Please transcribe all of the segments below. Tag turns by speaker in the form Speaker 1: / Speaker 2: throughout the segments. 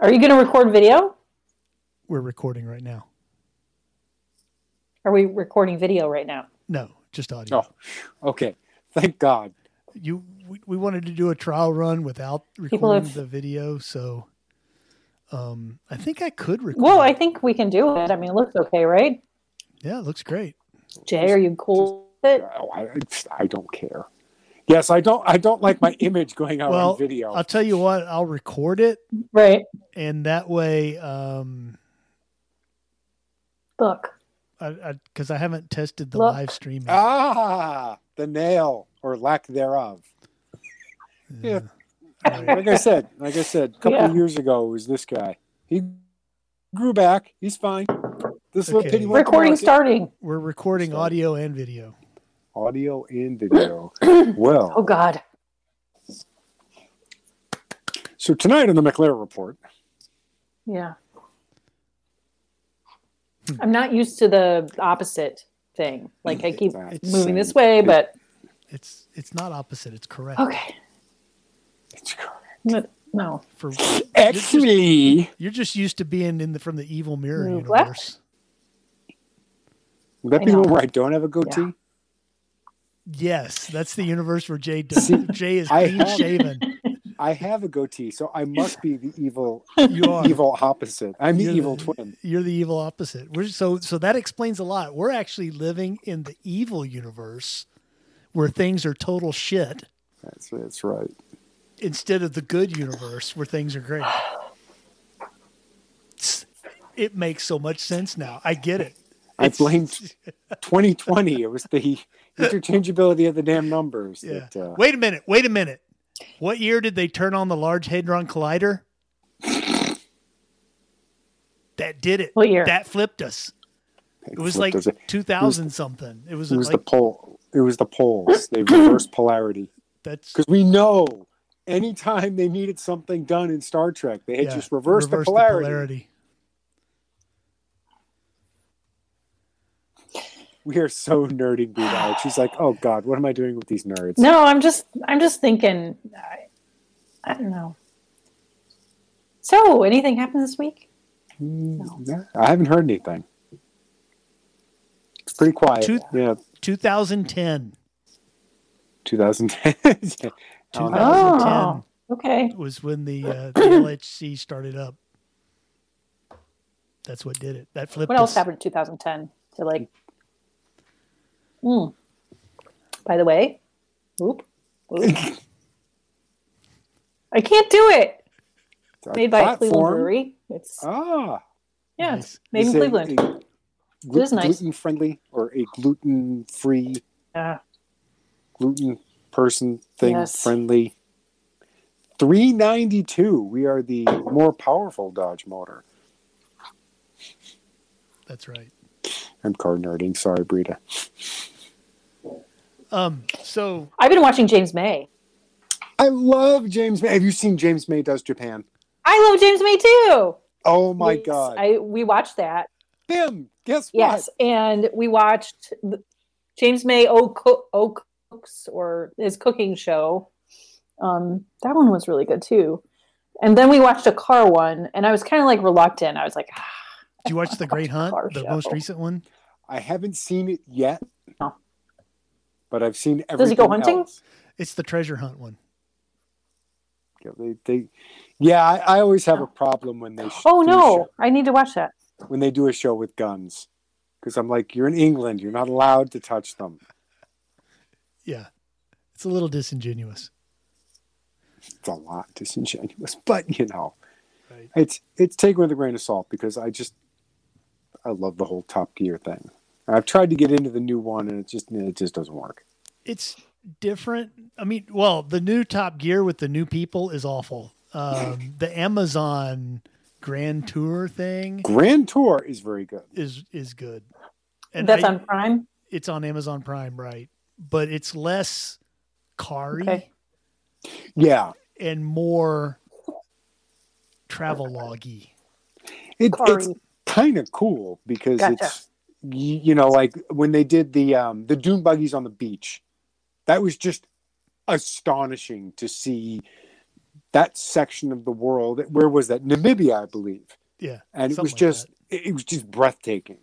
Speaker 1: Are you going to record video?
Speaker 2: We're recording right now.
Speaker 1: Are we recording video right now?
Speaker 2: No, just audio.
Speaker 3: Oh, okay. Thank God.
Speaker 2: You, we, we wanted to do a trial run without
Speaker 1: People
Speaker 2: recording
Speaker 1: have-
Speaker 2: the video, so um, I think I could record.
Speaker 1: Well, I think we can do it. I mean, it looks okay, right?
Speaker 2: yeah, it looks great.
Speaker 1: Jay, are you cool with it?
Speaker 3: Oh, I, I don't care. Yes, I don't. I don't like my image going out
Speaker 2: Well, uh,
Speaker 3: on video.
Speaker 2: I'll tell you what, I'll record it,
Speaker 1: Right.
Speaker 2: and that way, um,
Speaker 1: Look.
Speaker 2: I because I, haven't tested the
Speaker 1: Look.
Speaker 2: live streaming.
Speaker 3: ah, the nail or lack thereof.
Speaker 2: Yeah. All right.
Speaker 3: Like I said, like I said, a couple
Speaker 1: Yeah.
Speaker 3: years ago it was this guy. He grew back. He's fine. This little
Speaker 2: Okay.
Speaker 3: pity won't come
Speaker 1: Recording
Speaker 3: out.
Speaker 1: starting.
Speaker 2: We're recording
Speaker 3: Sorry.
Speaker 2: audio and video.
Speaker 3: Audio and video. well,
Speaker 1: Oh, God.
Speaker 3: so tonight on the McLaren report.
Speaker 1: Yeah. I'm not used to the opposite thing. Like, I keep
Speaker 3: That's
Speaker 1: moving
Speaker 3: insane.
Speaker 1: this way, but
Speaker 2: It's it's not opposite. It's correct.
Speaker 1: okay.
Speaker 3: It's correct.
Speaker 1: No, No.
Speaker 2: For
Speaker 3: Actually,
Speaker 2: you're just used to being in the from the evil mirror
Speaker 1: Move
Speaker 2: universe.
Speaker 1: left.
Speaker 3: would that
Speaker 1: I
Speaker 3: be
Speaker 1: know.
Speaker 3: where I don't have a goatee?
Speaker 1: Yeah.
Speaker 2: Yes, that's the universe where Jay does.
Speaker 3: See,
Speaker 2: Jay is
Speaker 3: I
Speaker 2: clean
Speaker 3: have-
Speaker 2: shaven.
Speaker 3: I have a goatee, so I must be the evil,
Speaker 2: You are.
Speaker 3: evil opposite. I'm the
Speaker 2: You're
Speaker 3: evil
Speaker 2: the-
Speaker 3: twin.
Speaker 2: You're the evil opposite. We're so so that explains a lot. We're actually living in the evil universe where things are total shit
Speaker 3: That's that's right.
Speaker 2: instead of the good universe where things are great. It's- It makes so much sense now. I get it.
Speaker 3: I
Speaker 2: It's-
Speaker 3: blamed 2020. It was the interchangeability of the damn numbers.
Speaker 2: Yeah.
Speaker 3: That, uh,
Speaker 2: Wait a minute. Wait a minute. What year did they turn on the Large Hadron Collider? that did it.
Speaker 1: What year?
Speaker 2: That flipped us. It was like
Speaker 3: it
Speaker 2: 2000 something. It was,
Speaker 3: was the
Speaker 2: like
Speaker 3: pole. It was the poles. They reversed polarity
Speaker 2: that's
Speaker 3: because we know anytime they needed something done in Star Trek, they had
Speaker 2: yeah,
Speaker 3: just reversed, the polarity. We are so nerding Breed out. She's like, "Oh God, what am I doing with these nerds?"
Speaker 1: No, I'm just, I'm just thinking. I, I don't know. So, anything happened this week?
Speaker 3: Mm, yeah, I haven't heard anything. It's pretty quiet.
Speaker 2: Two-
Speaker 3: yeah,
Speaker 2: 2010.
Speaker 3: 2010. Yeah.
Speaker 2: 2010
Speaker 3: Oh, no.
Speaker 1: Oh. Okay.
Speaker 2: was when the, uh, the LHC started up. That's what did it. That flipped
Speaker 1: What else
Speaker 2: us.
Speaker 1: happened in 2010 to like? Mm. By the way, whoop, whoop. I can't do it.
Speaker 3: Our
Speaker 1: Made by a Cleveland
Speaker 3: platform.
Speaker 1: Brewery. It's
Speaker 3: Ah,
Speaker 1: yeah,
Speaker 2: Nice.
Speaker 1: it's made in
Speaker 3: is a-
Speaker 1: Cleveland.
Speaker 3: a
Speaker 1: It is nice.
Speaker 3: Gluten friendly or a gluten free,
Speaker 1: Yeah.
Speaker 3: gluten person thing
Speaker 1: Yes.
Speaker 3: friendly. 392. We are the more powerful Dodge motor.
Speaker 2: That's right.
Speaker 3: I'm car nerding. Sorry, Brita.
Speaker 2: Um, so
Speaker 1: I've been watching James May.
Speaker 3: I love James May. Have you seen James May Does Japan?
Speaker 1: I love James May too.
Speaker 3: Oh my
Speaker 1: Yes,
Speaker 3: God.
Speaker 1: I we watched that.
Speaker 3: Bim, guess
Speaker 1: Yes, and we watched the- James May Oco- Oaks or his cooking show. Um, that one was really good too. And then we watched a car one, and I was kind of like reluctant. I was like, "Ah,
Speaker 2: did you watch The Great Hunt,
Speaker 1: Car
Speaker 2: the
Speaker 1: show.
Speaker 2: most recent one?
Speaker 3: what? I haven't seen it yet.
Speaker 1: No.
Speaker 3: But I've seen everything.
Speaker 1: Does he go hunting?
Speaker 3: else.
Speaker 2: It's the treasure hunt one.
Speaker 3: Yeah, they, they, yeah I, I always have a problem when they. sh-
Speaker 1: oh
Speaker 3: do
Speaker 1: no, I need to watch that.
Speaker 3: show- when they do a show with guns, because I'm like, you're in England, you're not allowed to touch them.
Speaker 2: Yeah. It's a little disingenuous.
Speaker 3: It's a lot disingenuous, but you know,
Speaker 2: Right.
Speaker 3: it's it's taken with a grain of salt because I just, I love the whole Top Gear thing. I've tried to get into the new one, and it just it just doesn't work.
Speaker 2: It's different. I mean, well, the new Top Gear with the new people is awful. Um, the Amazon Grand Tour thing
Speaker 3: Grand Tour is very good.
Speaker 2: is is good. And
Speaker 1: That's
Speaker 2: I-
Speaker 1: on Prime.
Speaker 2: it's on Amazon Prime, right? But it's less car
Speaker 1: Okay.
Speaker 3: Yeah,
Speaker 2: and more travel loggy.
Speaker 3: it, it's
Speaker 1: Corey.
Speaker 3: kind of cool because
Speaker 1: Gotcha.
Speaker 3: it's you, you know like when they did the um the dune buggies on the beach that was just astonishing to see that section of the world. Where was that? Namibia, I believe.
Speaker 2: Yeah,
Speaker 3: and it
Speaker 2: something
Speaker 3: was
Speaker 2: like
Speaker 3: just it, it was just breathtaking.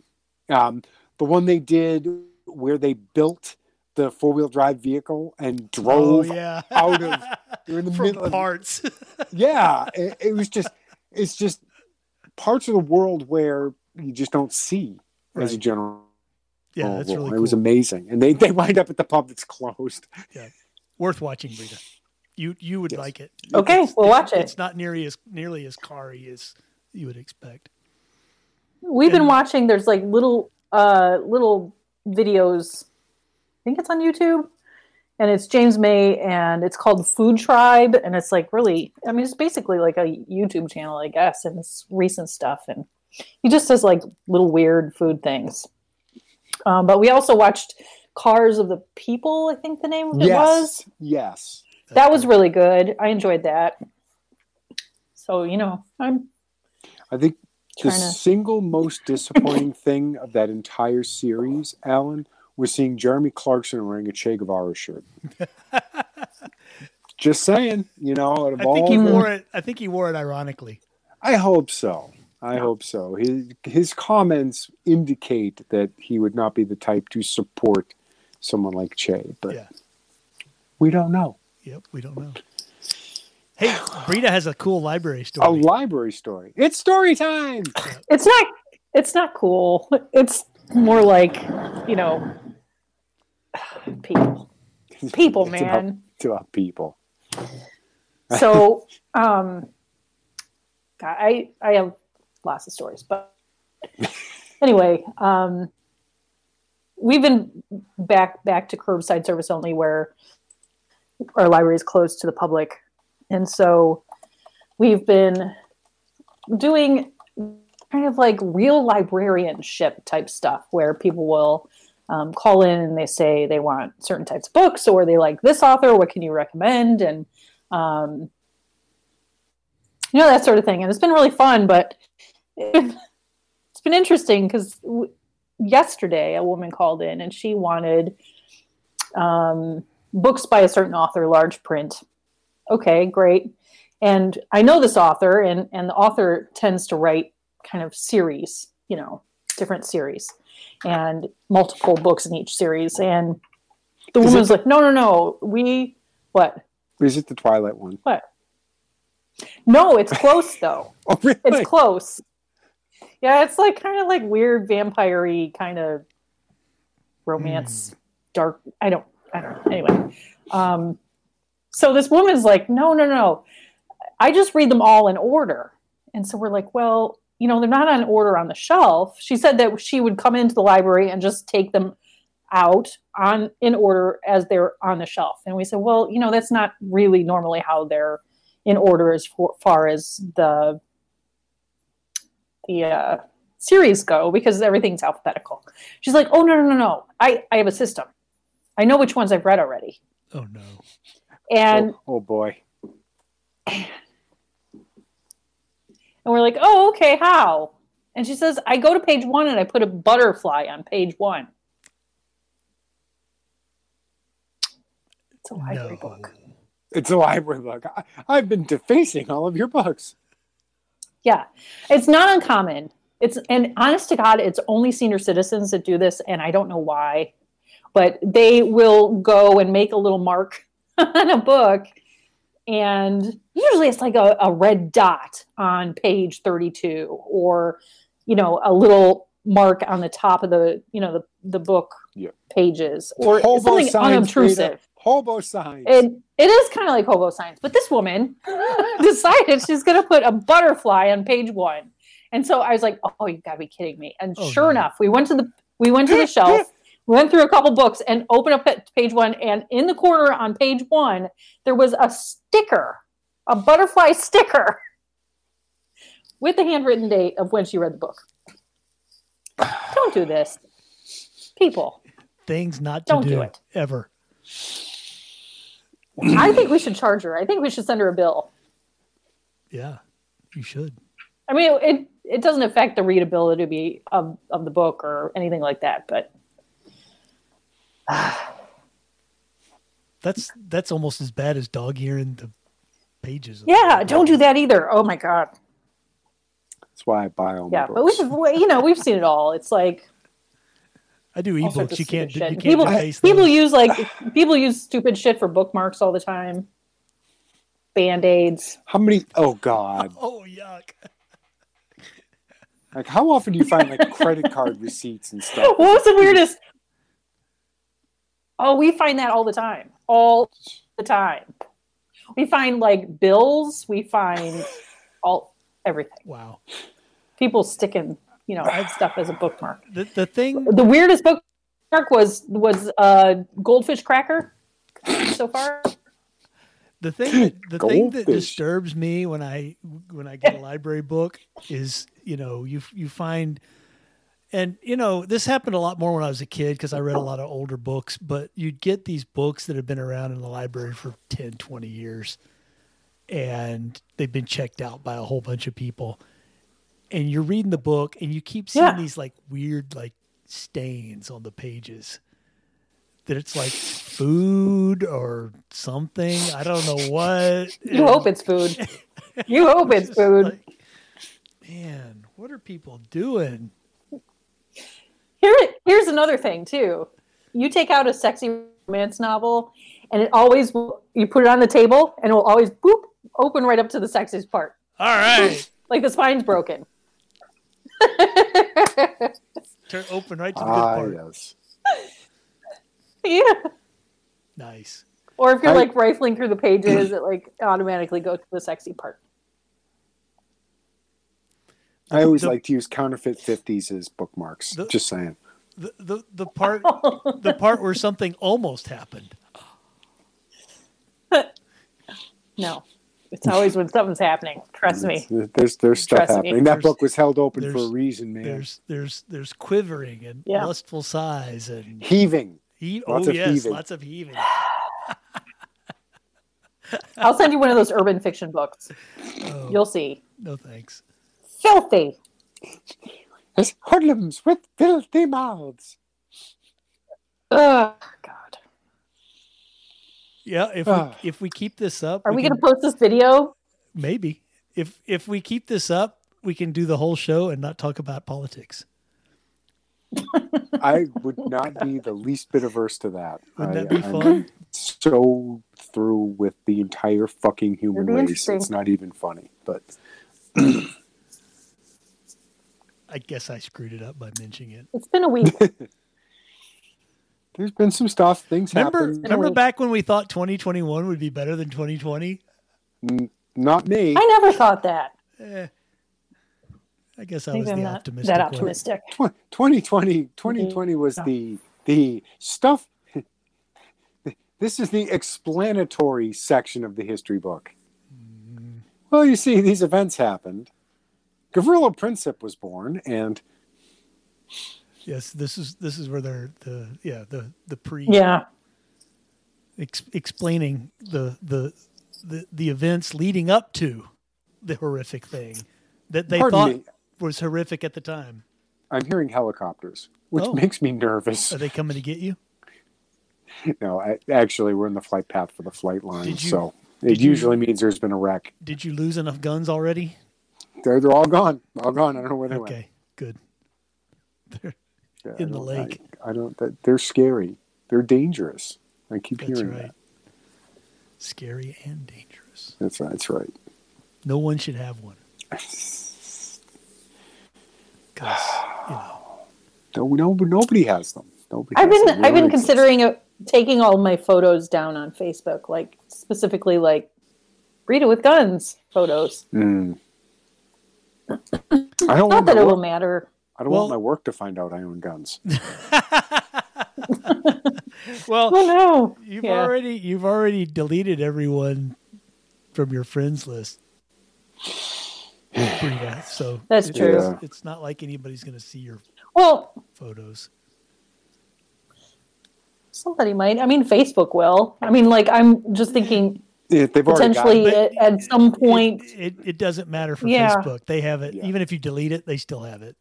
Speaker 3: Um, the one they did where they built the four wheel drive vehicle and
Speaker 2: that. Oh,
Speaker 3: drove
Speaker 2: yeah.
Speaker 3: out of- you're in the
Speaker 2: from
Speaker 3: middle of-
Speaker 2: parts.
Speaker 3: yeah it, it was just it's just parts of the world where you just don't see as a
Speaker 2: Right.
Speaker 3: general
Speaker 2: Yeah, that's
Speaker 3: rule.
Speaker 2: really
Speaker 3: it
Speaker 2: cool.
Speaker 3: was amazing and they, they wind up at the pub that's closed
Speaker 2: worth watching, Rita. You you would
Speaker 3: Yes.
Speaker 2: like it.
Speaker 1: Okay,
Speaker 2: It's-
Speaker 1: we'll watch
Speaker 2: It's
Speaker 1: it.
Speaker 2: not nearly as nearly as carry as you would expect.
Speaker 1: We've been
Speaker 2: And-
Speaker 1: watching. There's like little uh little videos. I think it's on YouTube, and it's James May, and it's called Food Tribe, and it's like really. I mean, it's basically like a YouTube channel, I guess, and it's recent stuff, and he just does like little weird food things. Um, but we also watched Cars of the People. I think the name it was
Speaker 3: yes yes
Speaker 2: That's
Speaker 1: that was
Speaker 2: cool.
Speaker 1: really good. I enjoyed that. So you know, I'm
Speaker 3: i think the
Speaker 1: trying to.
Speaker 3: single most disappointing thing of that entire series alan was seeing jeremy clarkson wearing a che guevara shirt just saying you know out of
Speaker 2: I think
Speaker 3: all
Speaker 2: he
Speaker 1: Mhm.
Speaker 3: the-
Speaker 2: wore it. I think he wore it ironically.
Speaker 3: I hope so. I hope so. His his comments indicate that he would not be the type to support someone like Che, but
Speaker 2: Yeah.
Speaker 3: we don't know.
Speaker 2: Yep, we don't know. Hey, Rita has a cool library
Speaker 3: A
Speaker 2: story.
Speaker 3: library story. It's story time.
Speaker 1: It's not. It's not cool. It's more like you know, people, people,
Speaker 3: It's about-
Speaker 1: man.
Speaker 3: it's about people.
Speaker 1: So, um, God, I I have lots of stories, but anyway, um, we've been back back to curbside service only, where our library is closed to the public, and so we've been doing kind of like real librarianship type stuff, where people will. Um, call in and they say they want certain types of books or they like this author what can you recommend and um, you know that sort of thing and it's been really fun but it's been interesting because w- yesterday a woman called in and she wanted um, books by a certain author large print okay great and i know this author and and the author tends to write kind of series you know different series and multiple books in each series and the
Speaker 3: Is it-
Speaker 1: woman's like no no no we what
Speaker 3: Is it the Twilight one?
Speaker 1: no, it's close though.
Speaker 3: Oh, really?
Speaker 1: It's close. Yeah, it's like kind of like weird vampire kind of romance, dark. I don't, I don't. know. Anyway, um, so this woman's like, no, no, no. I just read them all in order, and so we're like, well, you know, they're not on order on the shelf. She said that she would come into the library and just take them out on in order as they're on the shelf, and we said, well, you know, that's not really normally how they're in order as for, far as the the uh, series go because everything's alphabetical. She's like, "Oh no, no, no, no! I I have a system. I know which ones I've read already."
Speaker 2: Oh no.
Speaker 1: And
Speaker 3: oh, oh, boy.
Speaker 1: And we're like, oh, okay, how? And she says, I go to page one and I put a butterfly on page one. It's a library
Speaker 2: No.
Speaker 1: book.
Speaker 3: It's a library book. I, I've been defacing all of your books.
Speaker 1: Yeah. It's not uncommon. It's and honest to God, it's only senior citizens that do this, and I don't know why. But they will go and make a little mark on a book. And usually it's like a, a red dot on page 32 or you know, a little mark on the top of the, you know, the, the book
Speaker 3: Yeah.
Speaker 1: pages or
Speaker 3: Hobo
Speaker 1: something
Speaker 3: signs,
Speaker 1: unobtrusive.
Speaker 3: Rita. Hobo signs.
Speaker 1: It, it is kind of like hobo signs, but this woman decided she's going to put a butterfly on page one, and so I was like, "Oh, you got to be kidding me!" And
Speaker 2: Oh,
Speaker 1: sure
Speaker 2: no.
Speaker 1: enough, we went to the we went to the shelf, we went through a couple books, and opened up at page one, and in the corner on page one there was a sticker, a butterfly sticker, with the handwritten date of when she read the book. Don't do this, people.
Speaker 2: Things not to
Speaker 1: Don't do it.
Speaker 2: ever.
Speaker 1: I think we should charge her. I think we should send her a bill.
Speaker 2: Yeah, you should.
Speaker 1: I mean, it it doesn't affect the readability of of the book or anything like that, but
Speaker 2: That's that's almost as bad as dog earing the pages. Of
Speaker 1: Yeah, don't do that either. Oh my god.
Speaker 3: That's why I buy all my
Speaker 1: Yeah, but
Speaker 3: books.
Speaker 1: we've you know we've seen it all. It's like
Speaker 2: I do
Speaker 1: all sorts
Speaker 2: ebooks.
Speaker 1: of
Speaker 2: You can't.
Speaker 1: stupid
Speaker 2: You
Speaker 1: shit.
Speaker 2: can't
Speaker 1: people
Speaker 2: deface
Speaker 1: people
Speaker 2: those.
Speaker 1: use like people use stupid shit for bookmarks all the time. Band aids.
Speaker 3: How many? Oh God!
Speaker 2: Oh yuck!
Speaker 3: Like how often do you find like credit card receipts and stuff?
Speaker 1: What was the weirdest? Oh, we find that all the time. All the time. We find like bills. We find all everything.
Speaker 2: Wow.
Speaker 1: People sticking you know stuff as a bookmark.
Speaker 2: The the thing
Speaker 1: the weirdest bookmark was was uh goldfish cracker so far
Speaker 2: the thing that, the thing that
Speaker 3: Goldfish.
Speaker 2: disturbs me when I when I get a library book is you know you you find and you know this happened a lot more when I was a kid because I read a lot of older books but you'd get these books that have been around in the library for 10 20 years and they've been checked out by a whole bunch of people and you're reading the book and you keep seeing
Speaker 1: Yeah.
Speaker 2: these like weird like stains on the pages that it's like food or something i don't know what
Speaker 1: you hope it's food you hope it's food
Speaker 2: man what are people doing
Speaker 1: here here's another thing too you take out a sexy romance novel and it always will, you put it on the table and it will always boop open right up to the sexiest part
Speaker 2: all right
Speaker 1: like the spine's broken
Speaker 2: turn open right to the good
Speaker 3: Ah,
Speaker 2: part
Speaker 3: yes.
Speaker 1: yeah
Speaker 2: nice
Speaker 1: or if you're
Speaker 3: I-
Speaker 1: like rifling through the pages it like automatically goes to the sexy part
Speaker 3: I always
Speaker 2: The-
Speaker 3: like to use counterfeit fifties as bookmarks.
Speaker 2: The-
Speaker 3: just saying.
Speaker 2: the the, the part the part where something almost happened
Speaker 1: no it's always when something's happening trust me
Speaker 3: There's there's stuff
Speaker 1: Trust me.
Speaker 3: happening. That
Speaker 2: There's-
Speaker 3: book was held open for a
Speaker 2: there's-
Speaker 3: reason, man.
Speaker 2: there's there's there's quivering and
Speaker 1: Yeah.
Speaker 2: lustful sighs and
Speaker 3: Heaving.
Speaker 2: he, oh
Speaker 3: Lots of
Speaker 2: yes
Speaker 3: heaving.
Speaker 2: lots of heaving
Speaker 1: I'll send you one of those urban fiction books.
Speaker 2: Oh,
Speaker 1: You'll see.
Speaker 2: no thanks
Speaker 1: Filthy.
Speaker 3: There's hoodlums with filthy mouths.
Speaker 1: Ugh, God.
Speaker 2: yeah if
Speaker 3: Ah.
Speaker 2: we, if we keep this up
Speaker 1: Are we
Speaker 2: can-
Speaker 1: going to post this video?
Speaker 2: maybe if if we keep this up we can do the whole show and not talk about politics
Speaker 3: I would not be the least bit averse to that.
Speaker 2: wouldn't
Speaker 3: I,
Speaker 2: that be
Speaker 3: I'm
Speaker 2: fun
Speaker 3: So through with the entire fucking human
Speaker 1: It'd be
Speaker 3: race.
Speaker 1: interesting.
Speaker 3: It's not even funny. But
Speaker 2: i guess i screwed it up by mentioning it
Speaker 1: It's been a week.
Speaker 3: there's been some stuff. Things
Speaker 2: remember
Speaker 3: happen.
Speaker 2: remember
Speaker 1: week.
Speaker 2: back when we thought 2021 would be better than 2020
Speaker 3: Not me.
Speaker 1: I never thought that.
Speaker 2: Eh, i guess i
Speaker 1: Maybe
Speaker 2: was
Speaker 1: I'm
Speaker 2: the
Speaker 1: not
Speaker 2: optimistic
Speaker 1: that
Speaker 2: one.
Speaker 1: optimistic.
Speaker 3: Tw- 2020 2020 was the the stuff this is the explanatory section of the history book
Speaker 2: Mm-hmm.
Speaker 3: well you see these events happened gavrilo princip was born and
Speaker 2: yes this is this is where they're the yeah the the pre
Speaker 1: Yeah.
Speaker 2: ex- explaining the, the the the events leading up to the horrific thing that they
Speaker 3: Pardon
Speaker 2: thought
Speaker 3: me.
Speaker 2: was horrific at the time
Speaker 3: i'm hearing helicopters which
Speaker 2: Oh.
Speaker 3: makes me nervous
Speaker 2: are they coming to get you
Speaker 3: no I, actually we're in the flight path for the flight line
Speaker 2: Did you-
Speaker 3: so it
Speaker 2: did you-
Speaker 3: usually means there's been a wreck
Speaker 2: did you lose enough guns already
Speaker 3: they're, they're all gone all gone i don't know where they went
Speaker 2: okay good They're-
Speaker 3: Yeah, I
Speaker 2: in the
Speaker 3: don't- I-
Speaker 2: lake.
Speaker 3: i don't that, they're scary they're dangerous i keep
Speaker 2: That's
Speaker 3: hearing
Speaker 2: right.
Speaker 3: that
Speaker 2: Scary and dangerous.
Speaker 3: that's right that's right
Speaker 2: No one should have one. Because, you know,
Speaker 3: No, no, nobody has them. Nobody.
Speaker 1: I've
Speaker 3: has
Speaker 1: been
Speaker 3: them. They
Speaker 1: I've been
Speaker 3: don't exist.
Speaker 1: considering uh taking all my photos down on Facebook, like specifically like Rita with guns photos.
Speaker 3: Mm. I
Speaker 2: Oh,
Speaker 3: don't
Speaker 1: Not
Speaker 3: want
Speaker 1: that
Speaker 3: my
Speaker 1: it will
Speaker 3: work,
Speaker 1: matter.
Speaker 3: I don't
Speaker 2: Well-
Speaker 3: want my work to find out I own guns.
Speaker 1: Oh
Speaker 2: well,
Speaker 1: no.
Speaker 2: you've
Speaker 1: Yeah.
Speaker 2: already you've already deleted everyone from your friends list. Brita, so
Speaker 1: That's
Speaker 2: it's-
Speaker 1: true.
Speaker 2: It's, it's not like anybody's going to see your
Speaker 1: Well,
Speaker 2: photos.
Speaker 1: somebody might. I mean, Facebook will. I mean, like I'm just thinking
Speaker 3: Yeah, they've already got
Speaker 1: potentially
Speaker 3: it.
Speaker 2: it.
Speaker 1: at, at some point
Speaker 2: It, it, it doesn't matter for
Speaker 1: Yeah.
Speaker 2: Facebook. They have it.
Speaker 3: Yeah.
Speaker 2: Even if you delete it, they still have it.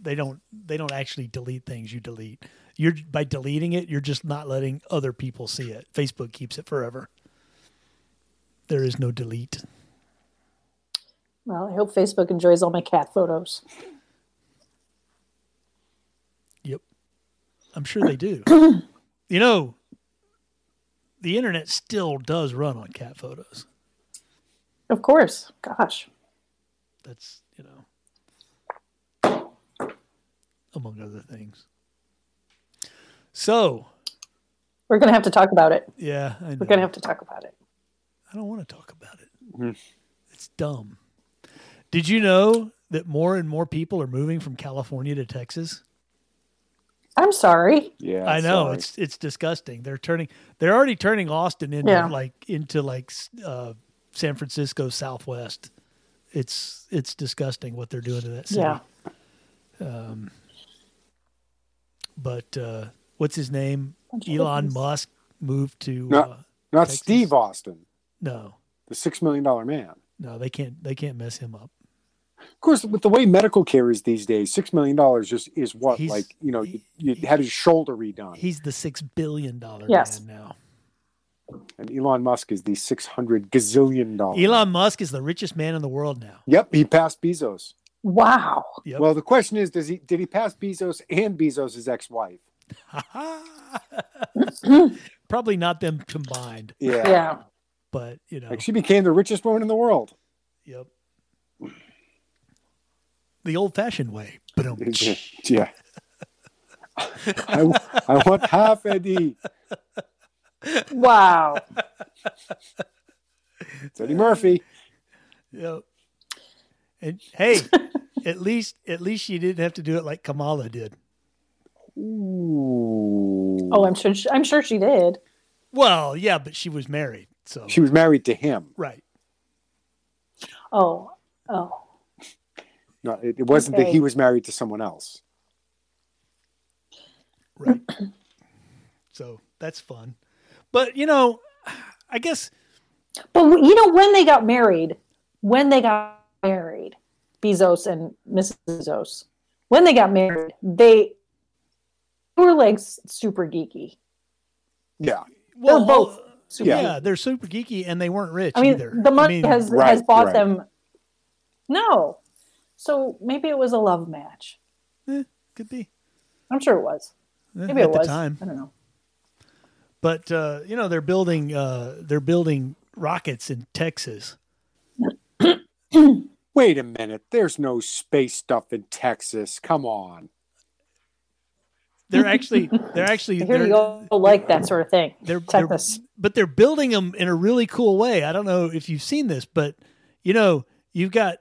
Speaker 2: They don't. They don't actually delete things you delete. You're by deleting it, you're just not letting other people see it. Facebook keeps it forever. There is no delete.
Speaker 1: Well, I hope Facebook enjoys all my cat photos.
Speaker 2: Yep. I'm sure they do. you know, the internet still does run on cat photos.
Speaker 1: Of course. Gosh.
Speaker 2: That's, you know, among other things. So,
Speaker 1: We're going to have to talk about it.
Speaker 2: yeah, I know.
Speaker 1: We're going to have to talk about it.
Speaker 2: I don't want to talk about it.
Speaker 3: Mhm.
Speaker 2: It's dumb. Did you know that more and more people are moving from California to Texas?
Speaker 1: I'm sorry.
Speaker 3: Yeah,
Speaker 2: I know
Speaker 3: sorry.
Speaker 2: it's it's disgusting. They're turning they're already turning Austin into
Speaker 1: Yeah.
Speaker 2: like into like s- uh, San Francisco Southwest. It's it's disgusting what they're doing to that city.
Speaker 1: Yeah.
Speaker 2: Um, But uh, what's his name?
Speaker 1: Bunch of
Speaker 2: Elon
Speaker 1: hippies.
Speaker 2: Musk moved to
Speaker 3: No.
Speaker 2: uh,
Speaker 3: not
Speaker 2: Texas.
Speaker 3: Steve Austin,
Speaker 2: no
Speaker 3: the six million dollar man.
Speaker 2: no they can't they can't mess him up.
Speaker 3: Of course, with the way medical care is these days, six million dollars just is what
Speaker 2: He's-
Speaker 3: like you know
Speaker 2: he-
Speaker 3: you, you had his shoulder redone,
Speaker 2: He's the six billion dollar
Speaker 1: Yes.
Speaker 2: man now.
Speaker 3: and Elon Musk is the six hundred gazillion dollar.
Speaker 2: Elon Musk is the richest man in the world now.
Speaker 3: Yep, he passed Bezos.
Speaker 1: Wow.
Speaker 2: Yep.
Speaker 3: Well, the question is, does he did he pass Bezos and Bezos' ex-wife?
Speaker 2: Probably not them combined,
Speaker 3: Yeah,
Speaker 1: Yeah.
Speaker 2: but you know.
Speaker 3: Like she became the richest woman in the world.
Speaker 2: Yep. The old fashioned way. Ba-dum.
Speaker 3: yeah. I, I want half Eddie.
Speaker 1: Wow.
Speaker 3: It's Eddie Murphy.
Speaker 2: yep. And hey, at least at least she didn't have to do it like Kamala did.
Speaker 3: Ooh.
Speaker 1: Oh, I'm sure. She, I'm sure she did.
Speaker 2: Well, yeah, but she was married. So
Speaker 3: She was married to him.
Speaker 2: right.
Speaker 1: Oh. Oh.
Speaker 3: No, it, it wasn't that
Speaker 1: Okay.
Speaker 3: he was married to someone else.
Speaker 2: Right. so that's fun. But you know, I guess
Speaker 1: But w- you know when they got married, when they got married, Bezos and Mrs. Bezos, when they got married, they were like s- super geeky.
Speaker 3: Yeah.
Speaker 2: well
Speaker 1: both super
Speaker 2: yeah.
Speaker 3: Yeah.
Speaker 2: they're super geeky and they weren't rich
Speaker 1: I mean,
Speaker 2: either.
Speaker 1: the money
Speaker 2: I mean,
Speaker 1: has
Speaker 3: Right,
Speaker 1: has bought
Speaker 3: right.
Speaker 1: them. No, so maybe it was a love match.
Speaker 2: eh, could be.
Speaker 1: I'm sure it was.
Speaker 2: Eh,
Speaker 1: Maybe
Speaker 2: at
Speaker 1: it was.
Speaker 2: the time.
Speaker 1: I don't know.
Speaker 2: But uh, you know, they're building uh, they're building rockets in Texas.
Speaker 3: Wait a minute. There's no space stuff in Texas. Come on.
Speaker 2: They're actually they're actually
Speaker 1: I hear
Speaker 2: they're,
Speaker 1: you all like that sort of thing.
Speaker 2: they're, they're
Speaker 1: Texas.
Speaker 2: but they're building them in a really cool way. I don't know if you've seen this, but you know, you've got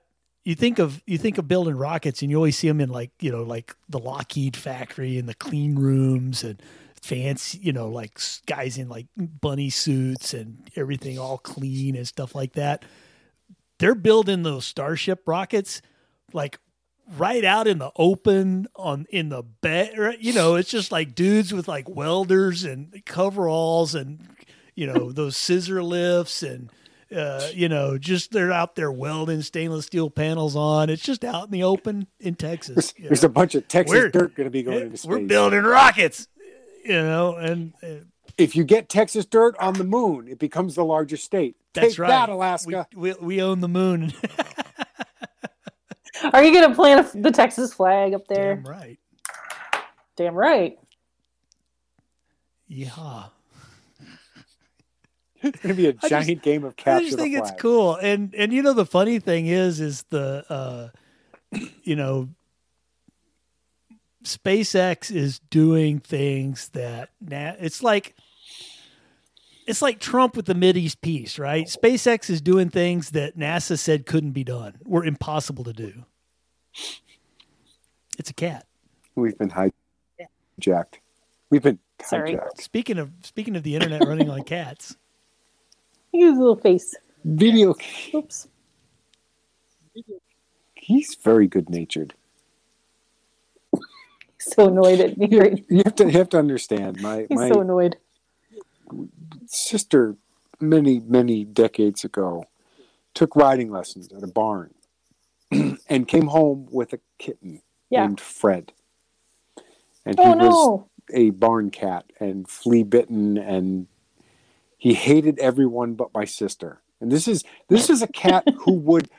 Speaker 2: you think of you think of building rockets and you always see them in like, you know, like the Lockheed factory and the clean rooms and fancy, you know, like s- guys in like bunny suits and everything all clean and stuff like that. They're building those Starship rockets like right out in the open on in the bed right? you know it's just like dudes with like welders and coveralls and you know those scissor lifts and uh, you know just they're out there welding stainless steel panels on it's just out in the open in texas
Speaker 3: There's,
Speaker 2: you
Speaker 3: there's
Speaker 2: know.
Speaker 3: a bunch of Texas
Speaker 2: We're-
Speaker 3: dirt going to be going into space.
Speaker 2: we're building rockets you know and uh,
Speaker 3: if you get Texas dirt on the moon, it becomes the largest state.
Speaker 2: that's
Speaker 3: Take
Speaker 2: right
Speaker 3: that, Alaska.
Speaker 2: we, we, we own the moon
Speaker 1: Are you going to plant a- the Texas flag up there?
Speaker 2: damn right
Speaker 1: Damn right.
Speaker 2: yeah
Speaker 3: It's going to be a
Speaker 2: just-
Speaker 3: giant game of capture
Speaker 2: I just
Speaker 3: the
Speaker 2: think
Speaker 3: flag.
Speaker 2: it's cool, and and you know the funny thing is, is the uh, you know SpaceX is doing things that now it's like it's like Trump with the Mideast peace, right?
Speaker 3: Oh.
Speaker 2: SpaceX is doing things that NASA said couldn't be done, were impossible to do. It's a cat.
Speaker 3: We've been hijacked. We've been hijacked.
Speaker 1: Sorry.
Speaker 2: Speaking of speaking of the internet running on cats,
Speaker 1: Use a little face.
Speaker 3: Video.
Speaker 1: Oops.
Speaker 3: He's very good natured.
Speaker 1: So annoyed at me.
Speaker 3: You, you have to you have to understand. My
Speaker 1: He's
Speaker 3: my
Speaker 1: so annoyed.
Speaker 3: sister, many many decades ago, took riding lessons at a barn, and came home with a kitten
Speaker 1: Yeah.
Speaker 3: named Fred. And
Speaker 1: Oh
Speaker 3: he was
Speaker 1: no.
Speaker 3: a barn cat and flea bitten and he hated everyone but my sister And this is this is a cat who would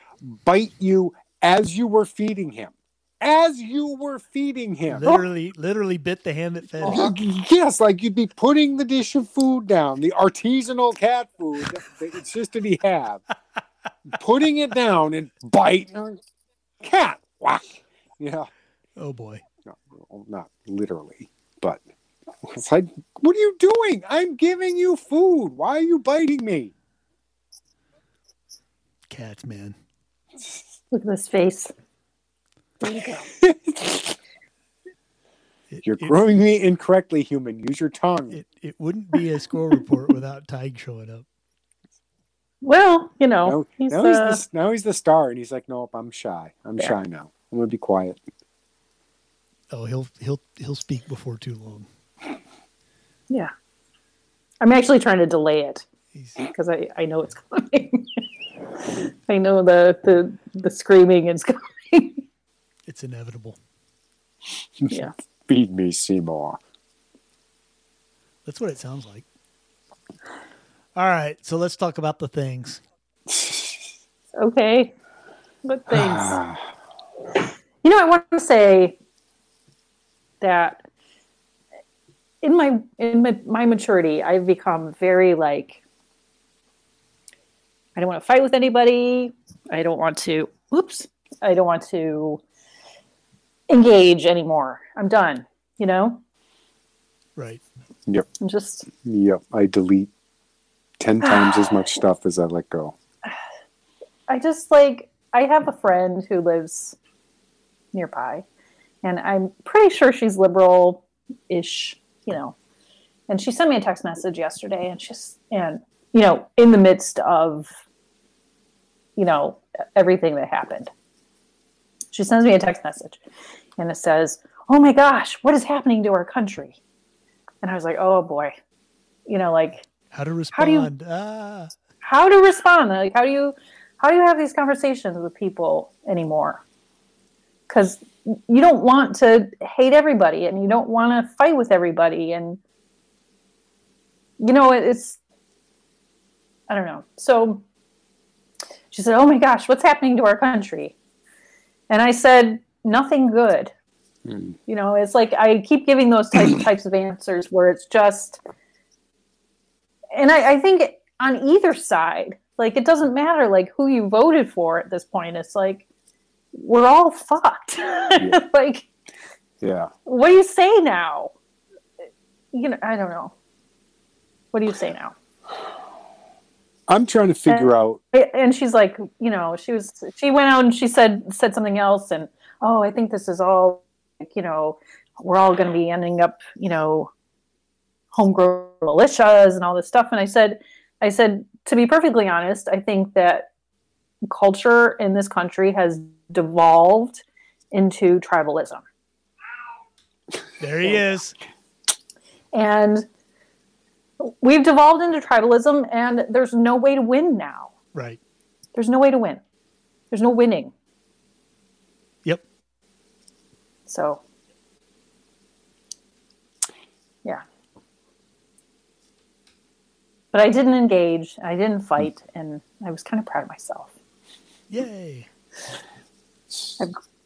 Speaker 3: bite you as you were feeding him. As you were feeding him.
Speaker 2: Literally, literally bit the hand that fed
Speaker 1: Oh,
Speaker 2: him.
Speaker 3: Yes, like you'd be putting the dish of food down, the artisanal cat food that they insisted he have, putting it down and bite cat. Whack. Yeah.
Speaker 2: Oh boy.
Speaker 3: No, well, not literally, but it's like, what are you doing? I'm giving you food. Why are you biting me?
Speaker 2: Cats, man.
Speaker 1: Look at this face.
Speaker 2: It,
Speaker 3: You're
Speaker 2: it-
Speaker 3: growing me incorrectly, human. Use your tongue.
Speaker 2: it, it wouldn't be a score report without Tig showing up.
Speaker 1: Well, you know,
Speaker 3: now,
Speaker 1: he's,
Speaker 3: now he's the,
Speaker 1: uh,
Speaker 3: s- now he's the star, and he's like, nope, I'm shy. I'm
Speaker 1: Yeah.
Speaker 3: shy now. I'm gonna be quiet.
Speaker 2: Oh, he'll he'll he'll speak before too long.
Speaker 1: yeah. I'm actually trying to delay it
Speaker 2: He's
Speaker 1: because I, I know it's coming. I know the, the the screaming is coming.
Speaker 2: it's inevitable.
Speaker 1: yeah.
Speaker 3: Feed me, Seymour.
Speaker 2: That's what it sounds like. All right, so let's talk about the things.
Speaker 1: Okay. But thanks.
Speaker 3: Ah,
Speaker 1: You know, I want to say that in my in my, my maturity, I've become very like I don't want to fight with anybody. I don't want to. Oops. I don't want to engage anymore. I'm done. You know,
Speaker 2: Right.
Speaker 1: I'm just
Speaker 3: yep, I delete ten times as much stuff as I let go.
Speaker 1: I just like I have a friend who lives nearby, and I'm pretty sure she's liberal ish, you know. And she sent me a text message yesterday, and she's and you know in the midst of you know everything that happened, she sends me a text message, and it says, "Oh my gosh, what is happening to our country?" And I was like, "Oh boy," you know, like
Speaker 2: How to
Speaker 1: How do you-
Speaker 2: respond? ah,
Speaker 1: how to respond like how do you how do you have these conversations with people anymore because you don't want to hate everybody and you don't want to fight with everybody and you know it- it's i don't know so she said oh my gosh what's happening to our country and i said nothing good
Speaker 3: Mm.
Speaker 1: you know it's like i keep giving those types, types of answers where it's just and I, I think on either side like it doesn't matter like who you voted for at this point it's like we're all fucked like
Speaker 3: Yeah,
Speaker 1: what do you say now you know i don't know what do you say now
Speaker 3: I'm trying to figure out.
Speaker 1: and she's like you know she was she went out and she said said something else and oh i think this is all like, you know we're all going to be ending up you know homegrown militias and all this stuff and i said i said to be perfectly honest i think that culture in this country has devolved into tribalism
Speaker 2: there he is.
Speaker 1: and we've devolved into tribalism and there's no way to win now
Speaker 2: Right.
Speaker 1: there's no way to win there's no winning
Speaker 2: Yep.
Speaker 1: So, yeah. But I didn't engage, I didn't fight, and I was kind of proud of myself.
Speaker 2: Yay.